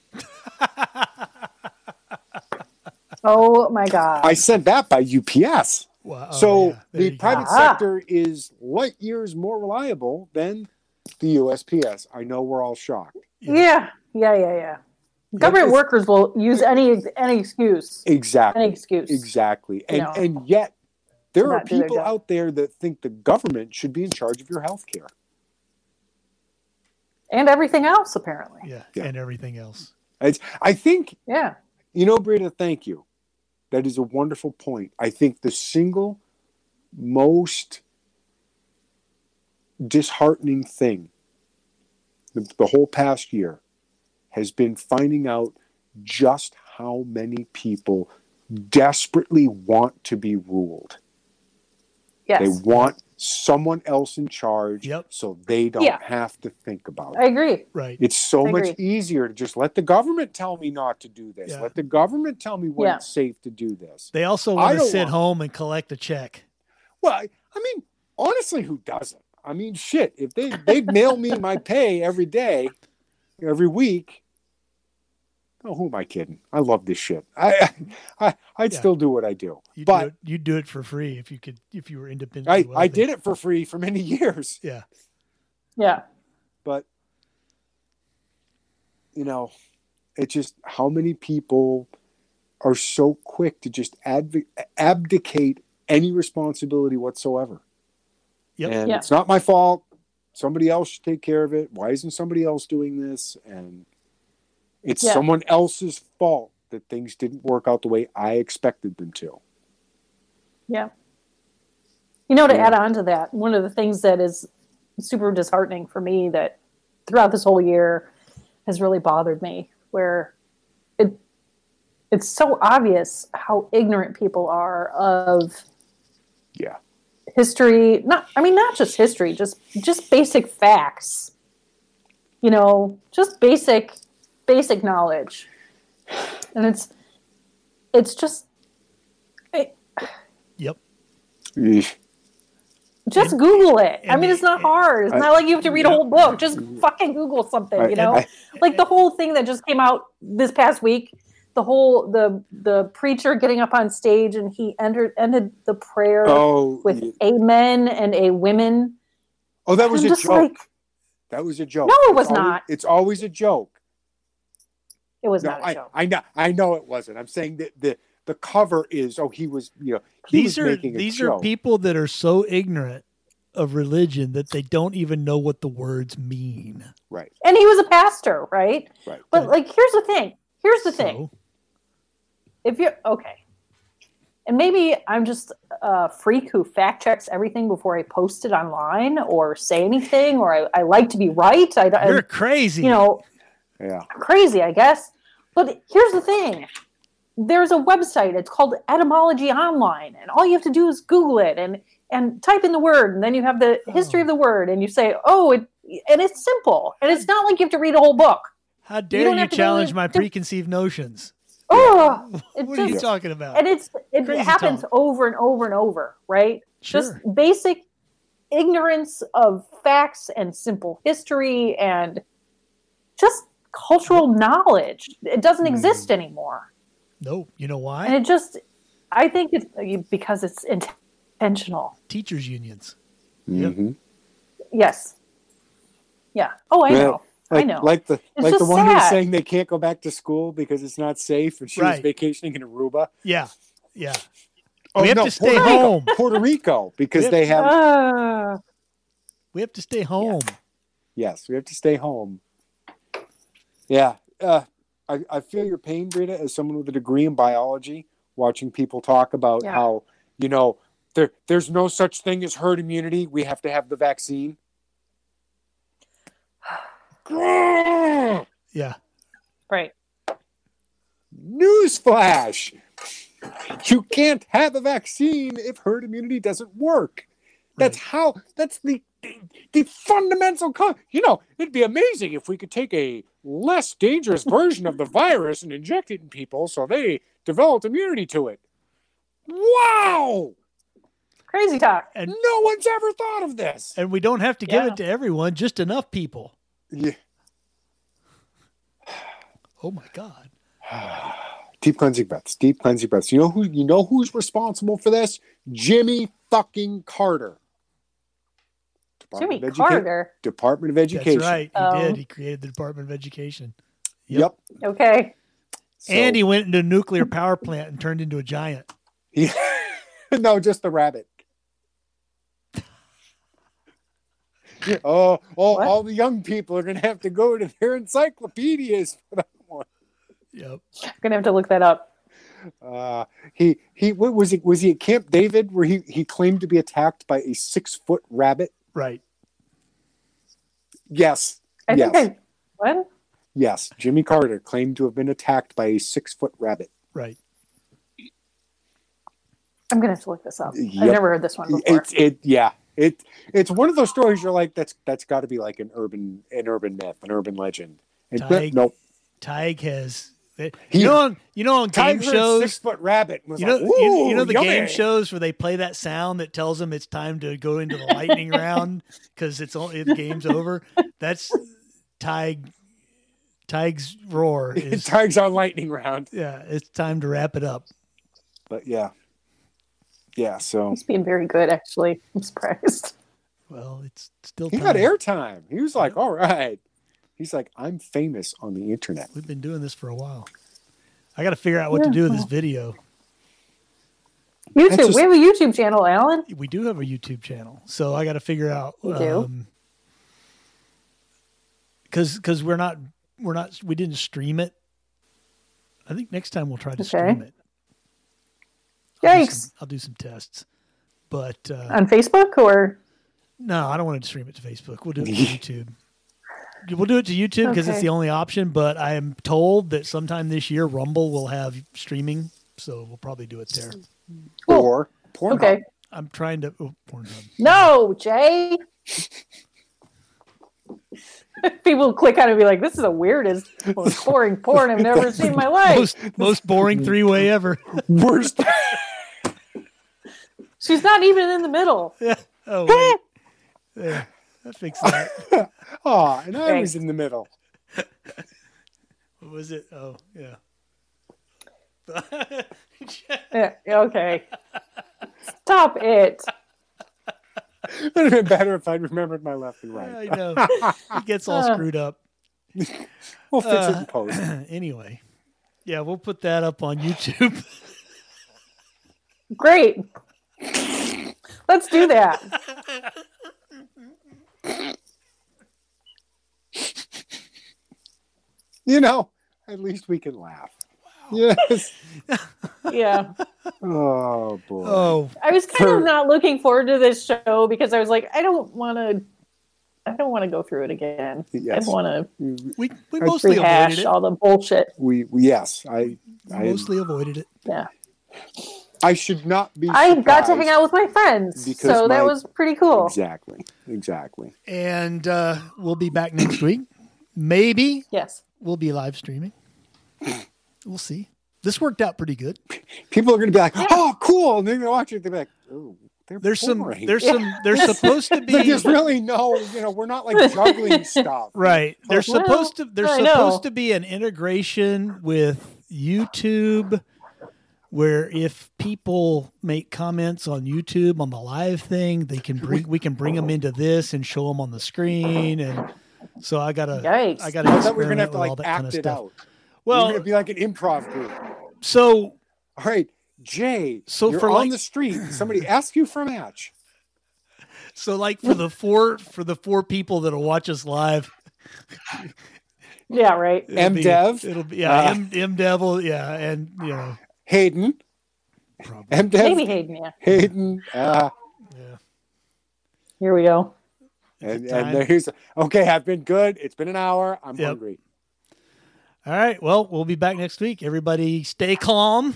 Speaker 1: Oh my god.
Speaker 3: I sent that by UPS.
Speaker 2: Wow. oh,
Speaker 3: so
Speaker 2: yeah. There
Speaker 3: the
Speaker 2: you go.
Speaker 3: private
Speaker 1: Ah.
Speaker 3: sector is light years more reliable than the USPS. I know we're all shocked.
Speaker 1: yeah. Yeah. Yeah. Yeah. Government
Speaker 3: it's-
Speaker 1: workers will use any any excuse.
Speaker 3: Exactly.
Speaker 1: Any excuse.
Speaker 3: Exactly. And
Speaker 1: No.
Speaker 3: and yet there are
Speaker 1: Not do their
Speaker 3: people
Speaker 1: job.
Speaker 3: out there that think the government should be in charge of your health care.
Speaker 1: And everything else apparently.
Speaker 2: Yeah.
Speaker 3: Yeah.
Speaker 2: and everything else.
Speaker 3: It's, I think,
Speaker 1: Yeah.
Speaker 3: you know, Brita, thank you. That is a wonderful point. I think the single most disheartening thing the, the whole past year has been finding out just how many people desperately want to be ruled. They
Speaker 1: Yes.
Speaker 3: want someone else in charge
Speaker 2: Yep.
Speaker 3: so they don't
Speaker 1: Yeah.
Speaker 3: have to think about it.
Speaker 1: I agree.
Speaker 2: Right.
Speaker 3: It's so
Speaker 1: I
Speaker 3: much
Speaker 1: agree.
Speaker 3: easier to just let the government tell me not to do this.
Speaker 2: Yeah.
Speaker 3: Let the government tell me when
Speaker 1: Yeah.
Speaker 3: it's safe to do this.
Speaker 2: They also
Speaker 3: I
Speaker 2: want to
Speaker 3: don't
Speaker 2: sit
Speaker 3: want-
Speaker 2: home and collect a check.
Speaker 3: Well, I, I mean, honestly, who doesn't? I mean, shit, if they they'd mail me my pay every day, every week, Oh, who am I kidding? I love this shit. I, I, I'd
Speaker 2: Yeah.
Speaker 3: still do what I do.
Speaker 2: You'd
Speaker 3: but
Speaker 2: do it, you'd do it for free if you could if you were independent.
Speaker 3: I, I did it for free for many years.
Speaker 2: Yeah.
Speaker 1: Yeah.
Speaker 3: But you know, it's just how many people are so quick to just adv- abdicate any responsibility whatsoever.
Speaker 2: Yep.
Speaker 3: And
Speaker 1: Yeah.
Speaker 3: it's not my fault. Somebody else should take care of it. Why isn't somebody else doing this? And it's
Speaker 1: Yeah.
Speaker 3: someone else's fault that things didn't work out the way I expected them to.
Speaker 1: You know, to
Speaker 3: Yeah.
Speaker 1: add on to that, one of the things that is super disheartening for me that throughout this whole year has really bothered me, where it it's so obvious how ignorant people are of
Speaker 3: Yeah.
Speaker 1: history. Not, I mean, not just history, just just basic facts. You know, just basic basic knowledge, and it's it's just
Speaker 2: Yep.
Speaker 3: Eesh.
Speaker 1: Just Google it. I
Speaker 2: and
Speaker 1: mean,
Speaker 2: the-
Speaker 1: it's not hard. It's
Speaker 3: I-
Speaker 1: not like you have to read a
Speaker 2: Yeah.
Speaker 1: whole book. Just fucking Google something,
Speaker 3: I-
Speaker 1: you know?
Speaker 3: I-
Speaker 1: like the whole thing that just came out this past week. The whole the the preacher getting up on stage and he entered ended the prayer
Speaker 3: oh,
Speaker 1: with
Speaker 3: yeah.
Speaker 1: amen and a women.
Speaker 3: oh, that was
Speaker 1: I'm
Speaker 3: a
Speaker 1: just
Speaker 3: joke.
Speaker 1: like
Speaker 3: That was a joke.
Speaker 1: No, it
Speaker 3: It's
Speaker 1: was
Speaker 3: always-
Speaker 1: not.
Speaker 3: It's always a joke.
Speaker 1: it was
Speaker 3: No,
Speaker 1: not a
Speaker 3: I,
Speaker 1: joke.
Speaker 3: I know. I know it wasn't. I'm saying that the the cover is. Oh, he was. You know, he
Speaker 2: These
Speaker 3: was
Speaker 2: are
Speaker 3: making a
Speaker 2: these are
Speaker 3: joke.
Speaker 2: people that are so ignorant of religion that they don't even know what the words mean.
Speaker 1: and he was a pastor, right?
Speaker 3: Right.
Speaker 1: But like here's the thing. Here's the thing.
Speaker 2: So,
Speaker 1: if you're okay and maybe i'm just a freak who fact checks everything before i post it online or say anything or i, I like to be right i don't
Speaker 2: you're
Speaker 1: I-
Speaker 2: crazy.
Speaker 1: you know
Speaker 3: Yeah.
Speaker 1: crazy i guess but here's the thing there's a website it's called etymology online and all you have to do is google it and and type in the word and then you have the history
Speaker 2: Oh.
Speaker 1: of the word and you say oh it and it's simple and it's not like you have to read a whole book
Speaker 2: How
Speaker 1: you
Speaker 2: dare
Speaker 1: don't
Speaker 2: you,
Speaker 1: have to go
Speaker 2: challenge
Speaker 1: in-
Speaker 2: my preconceived notions?
Speaker 1: oh it
Speaker 2: what are you
Speaker 1: just
Speaker 2: talking about?
Speaker 1: and it's it
Speaker 2: Crazy
Speaker 1: happens
Speaker 2: talk.
Speaker 1: over and over and over right just
Speaker 2: sure.
Speaker 1: basic ignorance of facts and simple history and just cultural knowledge it doesn't
Speaker 3: Mm.
Speaker 2: Hmm.
Speaker 1: exist anymore
Speaker 2: no, you know
Speaker 1: and
Speaker 2: why?
Speaker 1: it just i think it's uh, because it's intentional
Speaker 2: Teachers unions. Yep.
Speaker 3: Mhm.
Speaker 1: yes yeah oh i
Speaker 3: Yeah.
Speaker 1: know
Speaker 3: Like,
Speaker 1: i know
Speaker 3: Like the like the
Speaker 1: just
Speaker 3: one who was
Speaker 1: sad.
Speaker 3: saying they can't go back to school because it's not safe, and she was
Speaker 2: Right.
Speaker 3: vacationing in Aruba.
Speaker 2: Yeah. Yeah.
Speaker 3: Oh
Speaker 2: we have
Speaker 3: no,
Speaker 2: to stay
Speaker 3: Puerto,
Speaker 2: home.
Speaker 3: Puerto Rico, because
Speaker 2: Yep.
Speaker 3: they have.
Speaker 1: Ah,
Speaker 2: We have to stay home.
Speaker 3: Yes, we have to stay home. Yeah. Uh, I, I feel your pain, Rita, as someone with a degree in biology, watching people talk about
Speaker 1: Yeah.
Speaker 3: how, you know, there, there's no such thing as herd immunity. We have to have the vaccine. Grrr!
Speaker 2: Yeah.
Speaker 1: right
Speaker 3: Newsflash! You can't have a vaccine if herd immunity doesn't work. That's how, that's the, the, the fundamental, co- you know, it'd be amazing if we could take a less dangerous version of the virus and inject it in people so they developed immunity to it. Wow!
Speaker 1: crazy talk
Speaker 2: And-
Speaker 3: no one's ever thought of this.
Speaker 2: And we don't have to give
Speaker 1: Yeah.
Speaker 2: it to everyone, just enough people.
Speaker 3: Yeah.
Speaker 2: Oh my God.
Speaker 3: Deep cleansing breaths, deep cleansing breaths. You know who you know who's responsible for this? Jimmy fucking Carter.
Speaker 1: jimmy
Speaker 3: of Educa-
Speaker 1: carter
Speaker 3: Department of Education.
Speaker 2: That's right. He
Speaker 1: Oh.
Speaker 2: did. He created the Department of Education.
Speaker 3: Yep.
Speaker 1: okay
Speaker 3: So-
Speaker 2: and he went into a nuclear power plant and turned into a giant.
Speaker 3: he- no, just the rabbit. oh, oh
Speaker 1: What?
Speaker 3: all the young people are gonna have to go to their encyclopedias for that one.
Speaker 2: Yep.
Speaker 1: i'm gonna have to look that up
Speaker 3: Uh, he he what was it was he at Camp David where he, he claimed to be attacked by a six foot rabbit?
Speaker 2: Right.
Speaker 3: Yes.
Speaker 1: i
Speaker 3: yes.
Speaker 1: think i what
Speaker 3: Yes, Jimmy Carter claimed to have been attacked by a six foot rabbit.
Speaker 2: Right.
Speaker 1: i'm gonna have to look this up i've
Speaker 3: Yep.
Speaker 1: never heard this one before
Speaker 3: It's it yeah. It it's one of those stories you're like, that's that's gotta be like an urban an urban myth, an urban legend. And
Speaker 2: Tig-
Speaker 3: no
Speaker 2: Tig has. They,
Speaker 3: He-
Speaker 2: you know, on, you know, on game
Speaker 3: Tiger
Speaker 2: shows,
Speaker 3: six foot rabbit was
Speaker 2: you know,
Speaker 3: like,
Speaker 2: you, you know
Speaker 3: "Ooh,
Speaker 2: the game
Speaker 3: yummy."
Speaker 2: shows where they play that sound that tells them it's time to go into the lightning round because it's only the game's over. That's Tig. Tig's roar is
Speaker 3: Time's our lightning round.
Speaker 2: yeah, it's time to wrap it up.
Speaker 3: But yeah. Yeah, so
Speaker 1: He's being very good, actually. I'm surprised.
Speaker 2: Well, it's still
Speaker 3: he
Speaker 2: time.
Speaker 3: got airtime. He was like, all right. He's like, I'm famous on the internet.
Speaker 2: We've been doing this for a while. I got to figure out what to
Speaker 1: Yeah,
Speaker 2: do with this
Speaker 1: well.
Speaker 2: video.
Speaker 1: YouTube.
Speaker 3: just-
Speaker 1: We have a YouTube channel, Alan.
Speaker 2: We do have a YouTube channel, so I got to figure out um,
Speaker 1: We do.
Speaker 2: because because we're not we're not we didn't stream it. I think next time we'll try to
Speaker 1: Okay.
Speaker 2: stream it. I'll do
Speaker 1: Yikes.
Speaker 2: some- I'll do some tests, but uh,
Speaker 1: On Facebook or
Speaker 2: No, I don't want to stream it to Facebook. We'll do it to YouTube. We'll do it to YouTube because it's
Speaker 1: Okay.
Speaker 2: the only option. But I am told that sometime this year Rumble will have streaming, so we'll probably do it there.
Speaker 1: Cool.
Speaker 3: Or porn.
Speaker 1: okay.
Speaker 2: I'm trying to oh, Pornhub.
Speaker 1: No, Jay. People click on it and be like, "This is the weirdest, most boring porn I've never seen in my life."
Speaker 2: Most most boring three way ever.
Speaker 3: Worst.
Speaker 1: She's not even in the middle.
Speaker 2: Oh wait, there. That fixed that.
Speaker 3: Aw, and I
Speaker 1: Thanks.
Speaker 3: was in the middle.
Speaker 2: What was it? Oh yeah.
Speaker 1: Yeah, okay. Stop it.
Speaker 3: It would have been better if I'd remembered my left and right.
Speaker 2: I know. It gets all
Speaker 1: Uh.
Speaker 2: screwed up.
Speaker 3: We'll fix it
Speaker 2: Uh,
Speaker 3: in post.
Speaker 2: anyway, yeah, we'll put that up on YouTube.
Speaker 1: Great. Let's do that.
Speaker 3: You know, at least we can laugh. Yes.
Speaker 1: Yeah.
Speaker 3: Oh boy.
Speaker 2: Oh
Speaker 1: I was kind
Speaker 3: Sure.
Speaker 1: of not looking forward to this show because I was like, I don't want to I don't want to go through it again.
Speaker 3: Yes.
Speaker 1: I want
Speaker 2: We we
Speaker 3: I
Speaker 1: to
Speaker 2: mostly avoided
Speaker 1: rehash
Speaker 2: it.
Speaker 1: all the bullshit.
Speaker 3: We, we yes. I I,
Speaker 2: mostly avoided it.
Speaker 1: Yeah.
Speaker 3: I should not be.
Speaker 1: I got to
Speaker 3: surprised.
Speaker 1: hang out with my friends.
Speaker 3: Because
Speaker 1: So that
Speaker 3: my-
Speaker 1: was pretty cool.
Speaker 3: Exactly. Exactly.
Speaker 2: And uh, we'll be back next week. Maybe
Speaker 1: Yes.
Speaker 2: we'll be live streaming. We'll see. This worked out pretty good.
Speaker 3: People are going to be like, "Oh, cool!" And they're going to watch it. They're like, "Oh, they're
Speaker 2: There's some.
Speaker 3: boring."
Speaker 2: There's
Speaker 1: Yeah.
Speaker 2: some. There's supposed to
Speaker 3: Like,
Speaker 2: be
Speaker 3: there's really no. You know, we're not like juggling stuff.
Speaker 2: right. There's
Speaker 1: Well,
Speaker 2: supposed to. There's
Speaker 1: I know.
Speaker 2: supposed to be an integration with YouTube, where if people make comments on YouTube on the live thing, they can bring. We can bring them into this and show them on the screen. And so Uh, I gotta.
Speaker 1: Yikes.
Speaker 2: I gotta.
Speaker 3: I thought we were going
Speaker 2: experiment
Speaker 3: to have to
Speaker 2: with all
Speaker 3: like
Speaker 2: that
Speaker 3: act
Speaker 2: kind of
Speaker 3: it
Speaker 2: stuff.
Speaker 3: out. Well,
Speaker 2: Well,
Speaker 3: we're going to be like an improv group.
Speaker 2: so
Speaker 3: All right, Jay.
Speaker 2: So
Speaker 3: you're
Speaker 2: for,
Speaker 3: on
Speaker 2: like-
Speaker 3: the street. Somebody asks you for a match.
Speaker 2: so like for the four for the four people that'll watch us live.
Speaker 1: Yeah, right.
Speaker 2: it'll be-
Speaker 3: MDev?
Speaker 2: It'll be yeah,
Speaker 3: Uh.
Speaker 2: M M Devil, yeah, and you know,
Speaker 3: Hayden.
Speaker 2: probably
Speaker 3: MDev.
Speaker 1: Maybe Hayden, yeah.
Speaker 3: Hayden. Uh,
Speaker 2: yeah.
Speaker 1: Here we go.
Speaker 3: and,
Speaker 2: time.
Speaker 3: and there he's okay. I've been good. It's been an hour. I'm
Speaker 2: Yep.
Speaker 3: hungry.
Speaker 2: All right. Well, we'll be back next week. Everybody stay calm.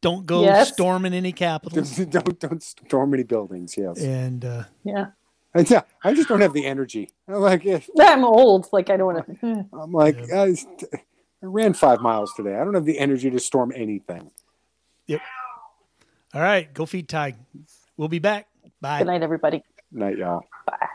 Speaker 2: Don't go
Speaker 1: Yes.
Speaker 2: storming any capitals.
Speaker 3: don't don't storm any buildings. Yes.
Speaker 2: and uh
Speaker 1: Yeah.
Speaker 3: I, yeah, I just don't have the energy. I'm like, eh,
Speaker 1: I'm old. Like I don't hmm. want to
Speaker 3: I'm like,
Speaker 2: Yeah.
Speaker 3: I, I ran five miles today. I don't have the energy to storm anything.
Speaker 2: all right, go feed Tig. We'll be back. Bye.
Speaker 1: Good night everybody.
Speaker 3: Night, y'all.
Speaker 1: Bye.